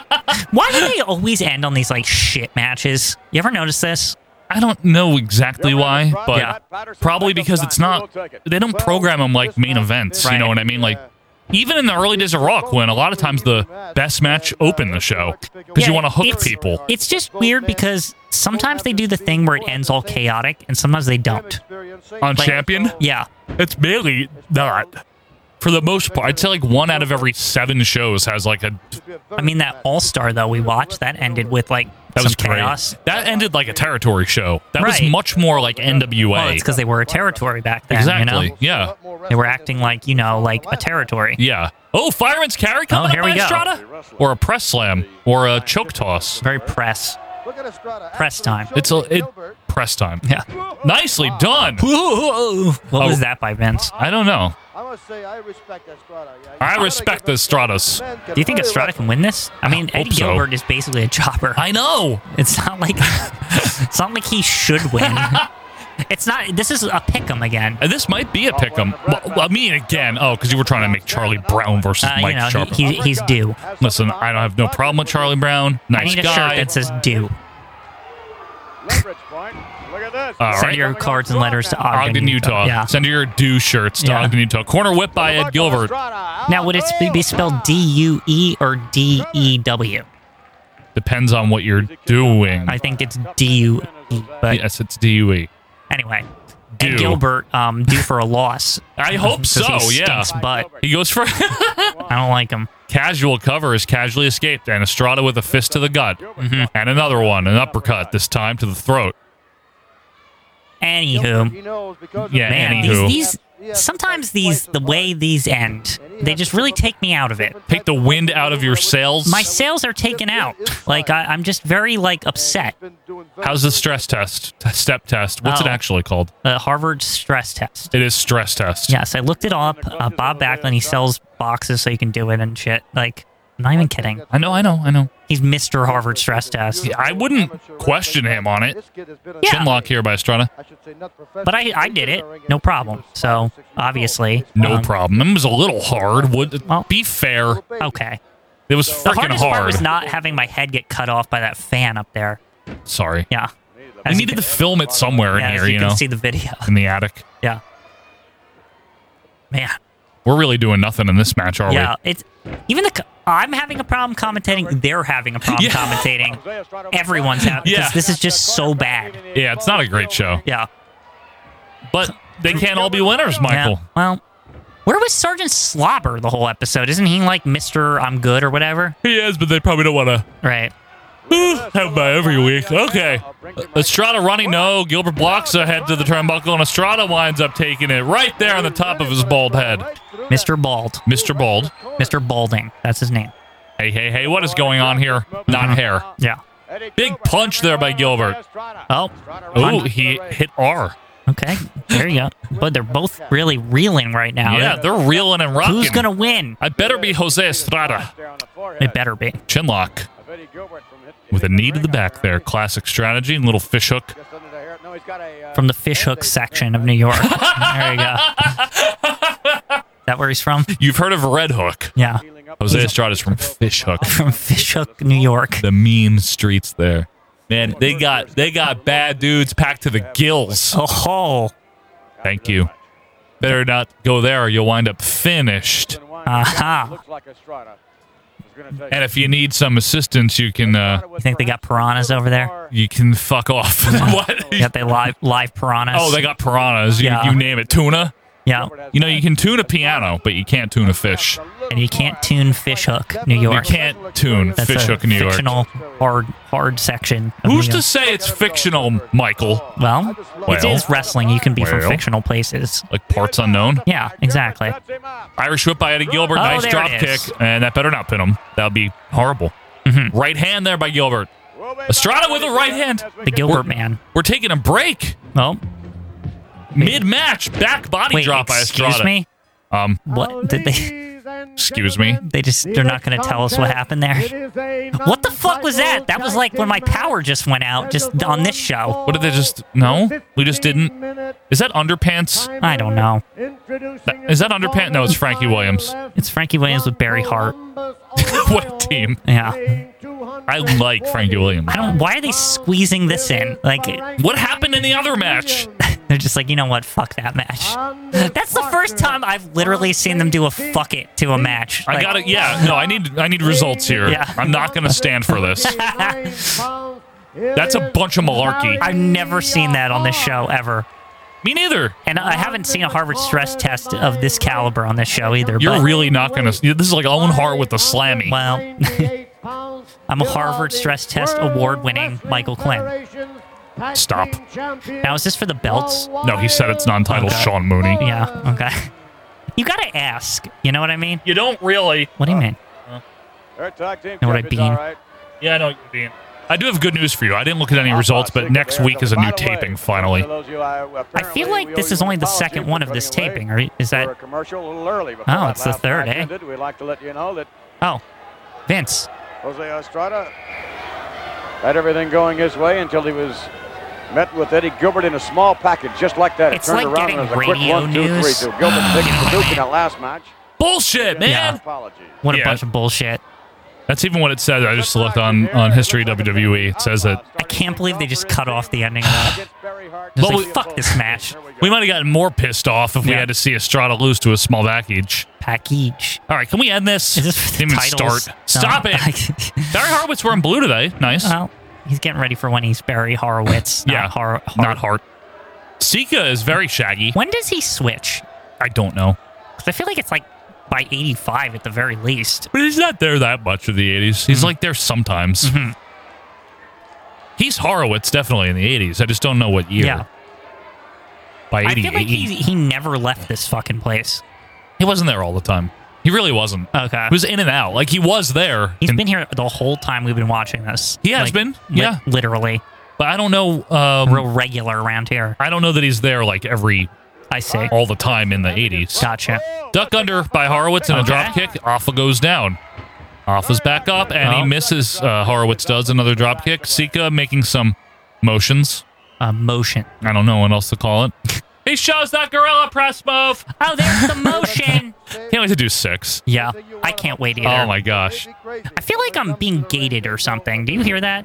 B: why do they always end on these like shit matches? You ever notice this?
A: I don't know exactly why, but
B: Yeah.
A: probably because it's not. They don't program them like main events. You know
B: Right.
A: what I mean? Like even in the early days of Raw, Quinn, a lot of times the best match opened the show because you
B: Yeah,
A: want to hook
B: it's-
A: people.
B: It's just weird because sometimes they do the thing where it ends all chaotic, and sometimes they don't.
A: On Champion?
B: Yeah,
A: It's barely not. For the most part, I'd say like one out of every seven shows has like a
B: I mean that All Star though we watched that ended with like
A: That
B: some
A: was great.
B: chaos.
A: That ended like a territory show. That was
B: Right.
A: much more like NWA.
B: Well, it's because they were a territory back then.
A: exactly.
B: You know?
A: Yeah.
B: They were acting like you know, like a territory.
A: Yeah. Oh, fireman's carry coming
B: Oh, here
A: up
B: we
A: by
B: go.
A: Estrada, or a press slam, or a choke toss.
B: Very press. Press time.
A: It's a it, press time.
B: Yeah.
A: Nicely done.
B: What
A: Oh.
B: was that by Vince?
A: I don't know.
D: I must say, I respect Estrada. Yeah,
A: I respect the Stratas.
B: Do you think Estrada can win this? I mean,
A: I
B: Eddie
A: hope so.
B: Gilbert is basically a chopper.
A: I know.
B: It's not like it's not like he should win. it's not. This is a pick 'em again.
A: And this might be a pick'em. Well, I mean, again, oh, because you were trying to make Charlie Brown versus
B: Uh,
A: Mike
B: you know, he-
A: Sharp.
B: he, he's due.
A: Listen, I don't have no problem with Charlie Brown.
B: I
A: Nice
B: need a
A: guy.
B: shirt that says due.
C: Leverage point. Look at this.
A: All
B: Send
A: right.
B: your cards and letters to Ogden,
A: Ogden, Utah.
B: Yeah.
A: Send your do shirts to
B: Yeah.
A: Ogden, Utah. Corner whip by Ed Gilbert.
B: Now, would it sp- be spelled D U E or D E W?
A: Depends on what you're doing.
B: I think it's D U E. But
A: yes, it's E. DUE.
B: anyway,
A: Due.
B: Ed Gilbert um, due for a loss.
A: I hope
B: 'Cause
A: so.
B: he
A: yeah.
B: stinks butt.
A: He goes for
B: I don't like him.
A: casual cover is casually escaped, and Estrada with a fist to the gut,
B: Mm-hmm.
A: and another one, an uppercut this time to the throat.
B: Anywho,
A: Yeah,
B: man,
A: anywho.
B: these, these sometimes these the way these end, they just really take me out of it.
A: Take the wind out of your sails.
B: My sales are taken out. Like I, I'm just very like upset.
A: How's the stress test? T- Step test. What's it
B: Oh.
A: actually called?
B: Uh, Harvard stress test.
A: It is stress test.
B: Yes, I looked it up. Uh, Bob Backlund, he sells boxes so you can do it and shit. Like, I'm not even kidding.
A: I know. I know. I know.
B: He's Mr. Harvard stress test.
A: Yeah, I wouldn't question him on it.
B: Yeah.
A: Chin lock here by Estrada.
B: But I, I did it, no problem. So obviously,
A: No
B: um,
A: problem. It was a little hard. Would
B: Well-
A: be fair.
B: Okay.
A: It was
B: The
A: freaking
B: hardest part
A: hard.
B: was not having my head get cut off by that fan up there.
A: Sorry.
B: Yeah,
A: We
B: As you
A: needed to
B: can-
A: film it somewhere
B: yeah,
A: in
B: as
A: here,
B: you,
A: you
B: can
A: know,
B: see the video.
A: in the attic.
B: Yeah, man.
A: We're really doing nothing in this match, are
B: Yeah, it's even the. co- I'm having a problem commentating. They're having a problem
A: Yeah.
B: commentating. Everyone's having
A: Yeah.
B: because this is just so bad.
A: we? Yeah, it's not a great show,
B: Yeah.
A: but they can't all be winners, Michael.
B: Yeah, Well, where was Sergeant Slobber the whole episode? Isn't he like Mister I'm Good or whatever?
A: He is, but they probably don't want to
B: Right.
A: have my every week. Okay. Estrada running, no. Gilbert blocks ahead to the turnbuckle, and Estrada winds up taking it right there on the top of his bald head.
B: Mister Bald.
A: Mr. Bald.
B: Mister Balding. That's his name.
A: Hey, hey, hey, what is going on here? Not hair.
B: Yeah.
A: Big punch there by Gilbert.
B: Oh.
A: Oh, he hit R.
B: Okay, there you go. But they're both really reeling right now.
A: yeah, they're reeling and rocking.
B: Who's gonna win?
A: I better be Jose Estrada.
B: It better be.
A: Chinlock with a knee to the back there. Classic strategy and little fish hook.
B: From the fishhook section of New York. there you go. that where he's from?
A: You've heard of Red Hook.
B: Yeah.
A: Jose Estrada's from Fish Hook.
B: From Fishhook, New York.
A: The mean streets there. Man, they got they got bad dudes packed to the gills.
B: Oh,
A: Thank you. Better not go there or you'll wind up finished.
B: aha.
A: And if you need some assistance, you can uh
B: You think they got piranhas over there?
A: you can fuck off. what?
B: Got they live live piranhas?
A: Oh, they got piranhas. You,
B: Yeah.
A: you name it. Tuna.
B: Yeah.
A: You know, you can tune a piano, but you can't tune a fish.
B: And you can't tune Fishhook, New York.
A: You can't tune
B: That's
A: Fish
B: a
A: Hook, New York.
B: fictional hard hard section. of
A: Who's
B: New
A: to
B: York.
A: say it's fictional, Michael?
B: Well, it
A: Well.
B: is wrestling. You can be from
A: Well.
B: fictional places.
A: Like parts unknown?
B: Yeah, exactly.
A: Irish whip by Eddie Gilbert.
B: Oh,
A: nice
B: there
A: drop
B: it
A: kick.
B: is. Mm-hmm.
A: And that better not pin him. That would be horrible. Right hand there by Gilbert. Estrada with a right hand.
B: The Gilbert Man.
A: We're taking a break.
B: Oh,
A: Mid match. Back body
B: wait,
A: drop by
B: excuse
A: Estrada.
B: me.
A: Um,
B: What did they?
A: Excuse me?
B: They just they're not going to tell us what happened there. What the fuck was that? That was like when my power just went out, just on this show.
A: what did they just. No? We just didn't. Is that underpants?
B: I don't know.
A: That- Is that underpant? No, it's Frankie Williams.
B: It's Frankie Williams with Barry Hart.
A: what a team.
B: Yeah.
A: I like Frankie Williams.
B: I don't. Why are they squeezing this in? Like,
A: What happened in the other match?
B: they're just like, you know what? Fuck that match. That's the first time I've literally seen them do a fuck it to a match.
A: I
B: Like,
A: gotta, yeah, no, I need, I need results here.
B: Yeah.
A: I'm not gonna stand for this. That's a bunch of malarkey.
B: I've never seen that on this show ever.
A: Me neither.
B: And I haven't seen a Harvard stress test of this caliber on this show either.
A: You're
B: but-
A: really not gonna. This is like Owen Hart with the slammy.
B: Well, I'm a Harvard stress test award winning Michael Quinn.
A: Stop.
B: Now, is this for the belts?
A: No, he said it's non-titled
B: Okay.
A: Sean Mooney.
B: Yeah, okay. You gotta ask. You know what I mean?
A: You don't really.
B: What do you mean?
C: Know
B: Know what I mean?
A: Yeah, I know what you mean. I do have good news for you. I didn't look at any results, but next week is a new taping finally.
C: uh,
B: I feel like this is only the second one of this taping, or is that.
C: commercial a little early before
B: Oh,
C: that
B: it's the
C: last
B: third,
C: match
B: eh?
C: ended. We'd like to let you know that
B: Oh, Vince.
C: Jose Estrada had everything going his way until he was met with Eddie Gilbert in a small package, just like that. It
B: It's
C: turned
B: like
C: around
B: getting
C: and it was a quick
B: radio
C: one, two,
B: news.
C: three, two. Gilbert takes the Duke in that last match.
A: Bullshit, man.
C: Apologies.
B: What a
A: Yeah.
B: bunch of bullshit.
A: That's even what it says. I just looked on on History WWE. E. It says that
B: I can't believe they just cut off the ending of that. Just
A: But
B: like,
A: we-
B: fuck this match.
A: we might have gotten more pissed off if we
B: Yeah.
A: had to see Estrada lose to a small package.
B: Package.
A: All right, can we end this?
B: Is this for the
A: Didn't even
B: titles?
A: start. Stop
B: No.
A: it. Barry Horowitz wearing blue today. Nice.
B: well, he's getting ready for when he's Barry Horowitz. Not
A: yeah,
B: Hor- Hor-
A: not Hart. Sika is very shaggy.
B: When does he switch?
A: I don't know,
B: 'Cause I feel like it's like by 85 at the very least.
A: but he's not there that much of the '80s.
B: Mm-hmm.
A: He's like there sometimes. He's Horowitz definitely in the '80s. I just don't know what year.
B: Yeah.
A: By
B: I
A: '88,
B: feel like he,
A: he,
B: he never left this fucking place.
A: wasn't there all the time. He really wasn't.
B: Okay.
A: He was in and out. Like he was there.
B: Uh, He's
A: and-
B: been here the whole time we've been watching this.
A: He has been, yeah.
B: Literally.
A: but I don't know. Um,
B: Real regular around here.
A: I don't know that he's there like every
B: I see.
A: all the time in the '80s.
B: Gotcha.
A: Duck under by Horowitz and a
B: Okay.
A: drop kick. Offa goes down. Offa's back up and he
B: Oh.
A: misses. Uh, Horowitz does another drop kick. Sika making some motions.
B: Uh, motion.
A: I don't know what else to call it. he shows that gorilla press move.
B: Oh, there's the motion.
A: Can't wait to do six.
B: yeah. I can't wait either.
A: Oh my gosh!
B: I feel like I'm being gated or something. Do you hear that?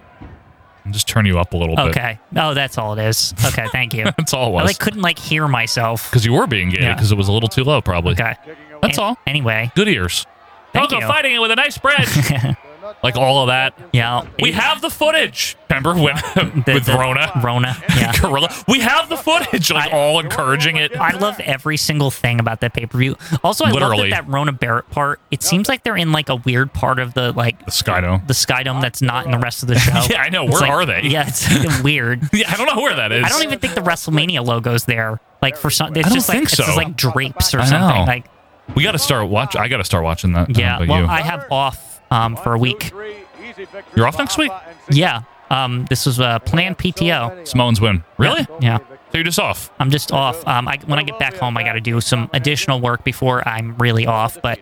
A: I'll just turn you up a little bit.
B: Okay. Oh, that's all it is. Okay, thank you.
A: That's all it
B: I like
A: was.
B: couldn't like hear myself.
A: Because you were being gay.
B: Yeah.
A: Because it was a little too low, probably.
B: Okay.
A: That's
B: An-
A: all.
B: Anyway.
A: Good ears.
B: Thank
A: Helga
B: you.
A: fighting it with a nice bridge. like all of that.
B: Yeah.
A: We
B: it-
A: have the footage. Remember when
B: the-
A: with
B: the-
A: Rona?
B: Rona. Yeah.
A: Gorilla. We have the footage, like
B: I-
A: all encouraging it.
B: I love every single thing about that pay per view. Also, I
A: Literally.
B: love that, that Rona Barrett part. It seems like they're in like a weird part of the like
A: the Skydome.
B: the Skydome that's not in the rest of the show.
A: Yeah, I know.
B: It's
A: Where
B: like-
A: are they?
B: Yeah, it's weird.
A: Yeah, I don't know where that is.
B: I don't even think the WrestleMania logo's there. Like for some, it's
A: I don't
B: just like
A: think
B: it's just
A: so.
B: like drapes
A: I
B: or
A: know.
B: something. Like
A: We got to start watch. I got to start watching that. I don't
B: yeah.
A: know about
B: Well,
A: you.
B: I have off um for a week.
A: You're off next week?
B: Yeah. Um, this was a planned PTO.
A: Samoans win. Really?
B: Yeah.
A: So you're just off.
B: I'm just off. Um, I, when I get back home, I got to do some additional work before I'm really off. But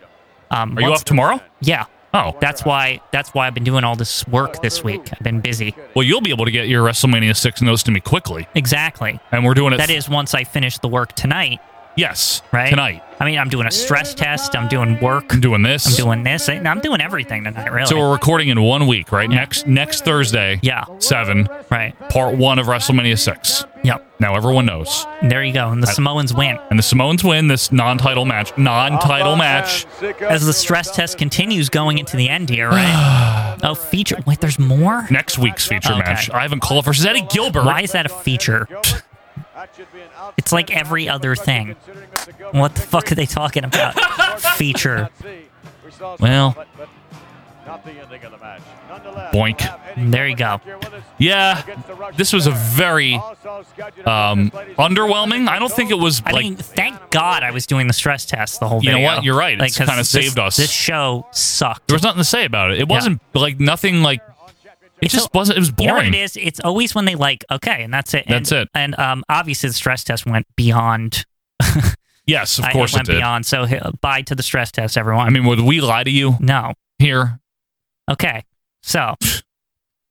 B: um,
A: Are you
B: once-
A: off tomorrow?
B: Yeah.
A: Oh.
B: that's why. That's why I've been doing all this work this week. I've been busy.
A: Well, you'll be able to get your WrestleMania 6 notes to me quickly.
B: Exactly.
A: And we're doing it.
B: That is once I finish the work tonight,
A: Yes.
B: right?
A: Tonight.
B: I mean, I'm doing a stress test. I'm doing work.
A: I'm doing this.
B: I'm doing this. and I'm doing everything tonight, really.
A: So we're recording in one week, right? Next next Thursday.
B: yeah.
A: Seven.
B: Right.
A: Part one of WrestleMania six.
B: Yep.
A: Now everyone knows.
B: There you go. And the Samoans win.
A: And the Samoans win this non-title match. Non-title match.
B: As the stress test continues going into the end here,
A: Ah.
B: right? oh, feature. Wait, there's more?
A: Next week's feature
B: Okay.
A: match. Ivan Cole versus Eddie Gilbert.
B: Why is that a feature? It's like every other thing. What the fuck are they talking about? feature.
A: Well. Boink.
C: Boink.
B: There you go.
A: Yeah. This was a very um underwhelming. I don't think it was
B: I
A: like
B: mean, thank God I was doing the stress test the whole
A: You know
B: video.
A: what? You're right. It's
B: 'cause
A: kinda
B: this-
A: saved us.
B: This show sucked.
A: there was nothing to say about it. It wasn't like nothing like it just wasn't it was
B: You know what
A: boring.
B: it is? It's always when they like, okay, and that's it.
A: That's
B: and,
A: it.
B: And um, obviously the stress test went beyond.
A: Yes, of
B: I-
A: course
B: it
A: it,
B: went
A: did.
B: beyond. So h- bye to the stress test, everyone.
A: I mean, would we lie to you
B: no.
A: here?
B: Okay. So,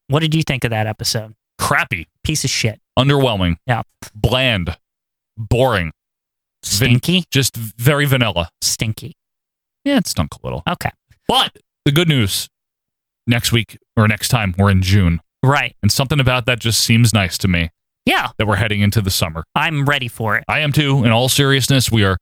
B: what did you think of that episode?
A: Crappy.
B: Piece of shit.
A: underwhelming,
B: Yeah.
A: bland, boring, Vin-
B: Stinky.
A: just very vanilla.
B: Stinky.
A: Yeah, it stunk a little.
B: Okay.
A: But the good news next week or next time, we're in June.
B: Right.
A: And something about that just seems nice to me
B: Yeah.
A: that we're heading into the summer.
B: I'm ready for it.
A: I am too. In all seriousness, we are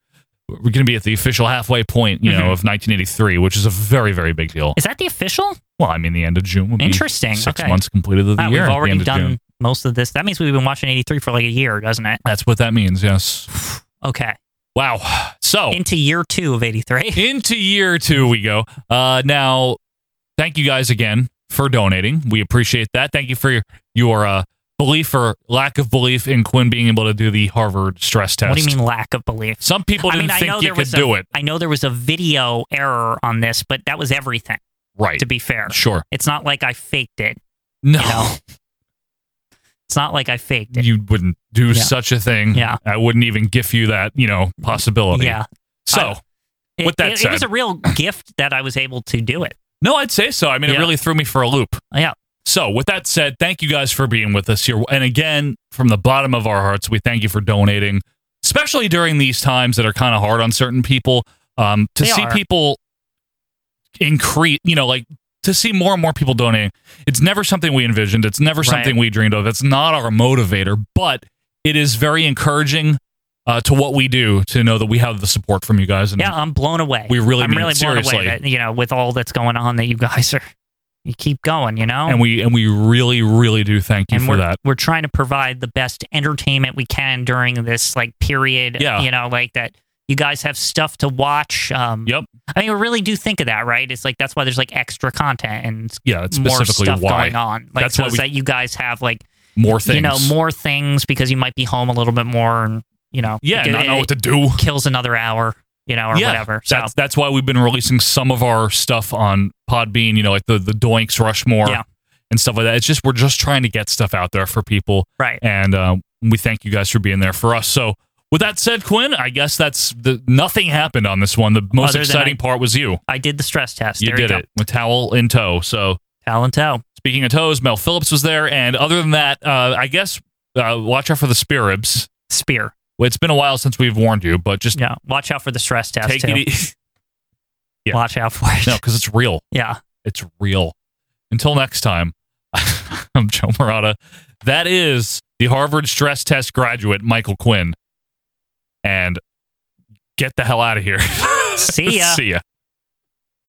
A: we're going to be at the official halfway point, you
B: Mm-hmm.
A: know, of 1983, which is a very, very big deal.
B: Is that the official?
A: Well, I mean, the end of June would be
B: Interesting.
A: six
B: Okay.
A: months completed of the year.
B: Wow, we've
A: at the
B: already
A: end of
B: done
A: June.
B: most of this. That means we've been watching 83 for like a year, doesn't it?
A: That's what that means. Yes.
B: Okay.
A: Wow. So
B: Into year two of 83.
A: into year two we go uh now thank you guys again for donating we appreciate that thank you for your, your uh belief or lack of belief in quinn being able to do the harvard stress test
B: What do you mean lack of belief?
A: some people
B: I
A: didn't
B: mean, I know
A: think you
B: there
A: could
B: was a-
A: do it
B: I know there was a video error on this, but that was everything,
A: right
B: to be fair.
A: sure
B: It's not like I faked it.
A: no you,
B: know, It's not like I faked it.
A: wouldn't do
B: Yeah.
A: such a thing
B: Yeah.
A: i wouldn't even gif you that you know possibility
B: yeah.
A: so
B: I- It,
A: With that
B: it,
A: said-
B: it was a real gift that I was able to do it.
A: no i'd say so i mean it
B: Yeah.
A: really threw me for a loop
B: Yeah.
A: So, with that said, thank you guys for being with us here. And again, from the bottom of our hearts, we thank you for donating, especially during these times that are kind of hard on certain people. Um, to
B: They
A: see
B: are.
A: people increase, you know, like to see more and more people donating, it's never something we envisioned. It's never
B: Right.
A: something we dreamed of. It's not our motivator, but it is very encouraging uh, to what we do to know that we have the support from you guys. And
B: Yeah, I'm blown away.
A: Mm. We really
B: I'm
A: mean it
B: really blown away
A: seriously.
B: that, you know, with all that's going on that you guys are you keep going, you know?
A: And we and we really, really do thank you
B: and
A: for
B: we're
A: that.
B: we're trying to provide the best entertainment we can during this like period.
A: Yeah.
B: You know, like that you guys have stuff to watch. Um
A: Yep.
B: I mean we really do think of that, right? It's like that's why there's like extra content and
A: Yeah, that's
B: more
A: specifically
B: stuff
A: why.
B: going on. Like
A: That's
B: so
A: why
B: it's
A: we-
B: that you guys have like
A: More things.
B: you know, more things because you might be home a little bit more and you know
A: Yeah,
B: it-
A: not
B: it-
A: know what to do.
B: it kills another hour, you know, or whatever. So
A: That's that's why we've been releasing some of our stuff on Podbean, you know, like the the Doinks Rushmore
B: Yeah.
A: and stuff like that. It's just we're just trying to get stuff out there for people.
B: right.
A: And uh, we thank you guys for being there for us. So with that said, Quinn, I guess that's the nothing happened on this one. The most
B: Other than
A: exciting
B: I-
A: part was you.
B: I did the stress test.
A: You
B: there
A: did
B: go.
A: it with towel in tow. So
B: Talent toe.
A: speaking of toes, Mel Phillips was there, and other than that, uh, I guess uh, watch out for the spirits.
B: Spear.
A: It's been a while since we've warned you, but just
B: Yeah. Watch out for the stress test
A: take
B: too.
A: it easy. Yeah.
B: Watch out for it.
A: No, because it's real.
B: Yeah.
A: It's real. Until next time, I'm Joe Morata. That is the Harvard stress test graduate, Michael Quinn. And get the hell out of here.
B: See ya.
A: See ya.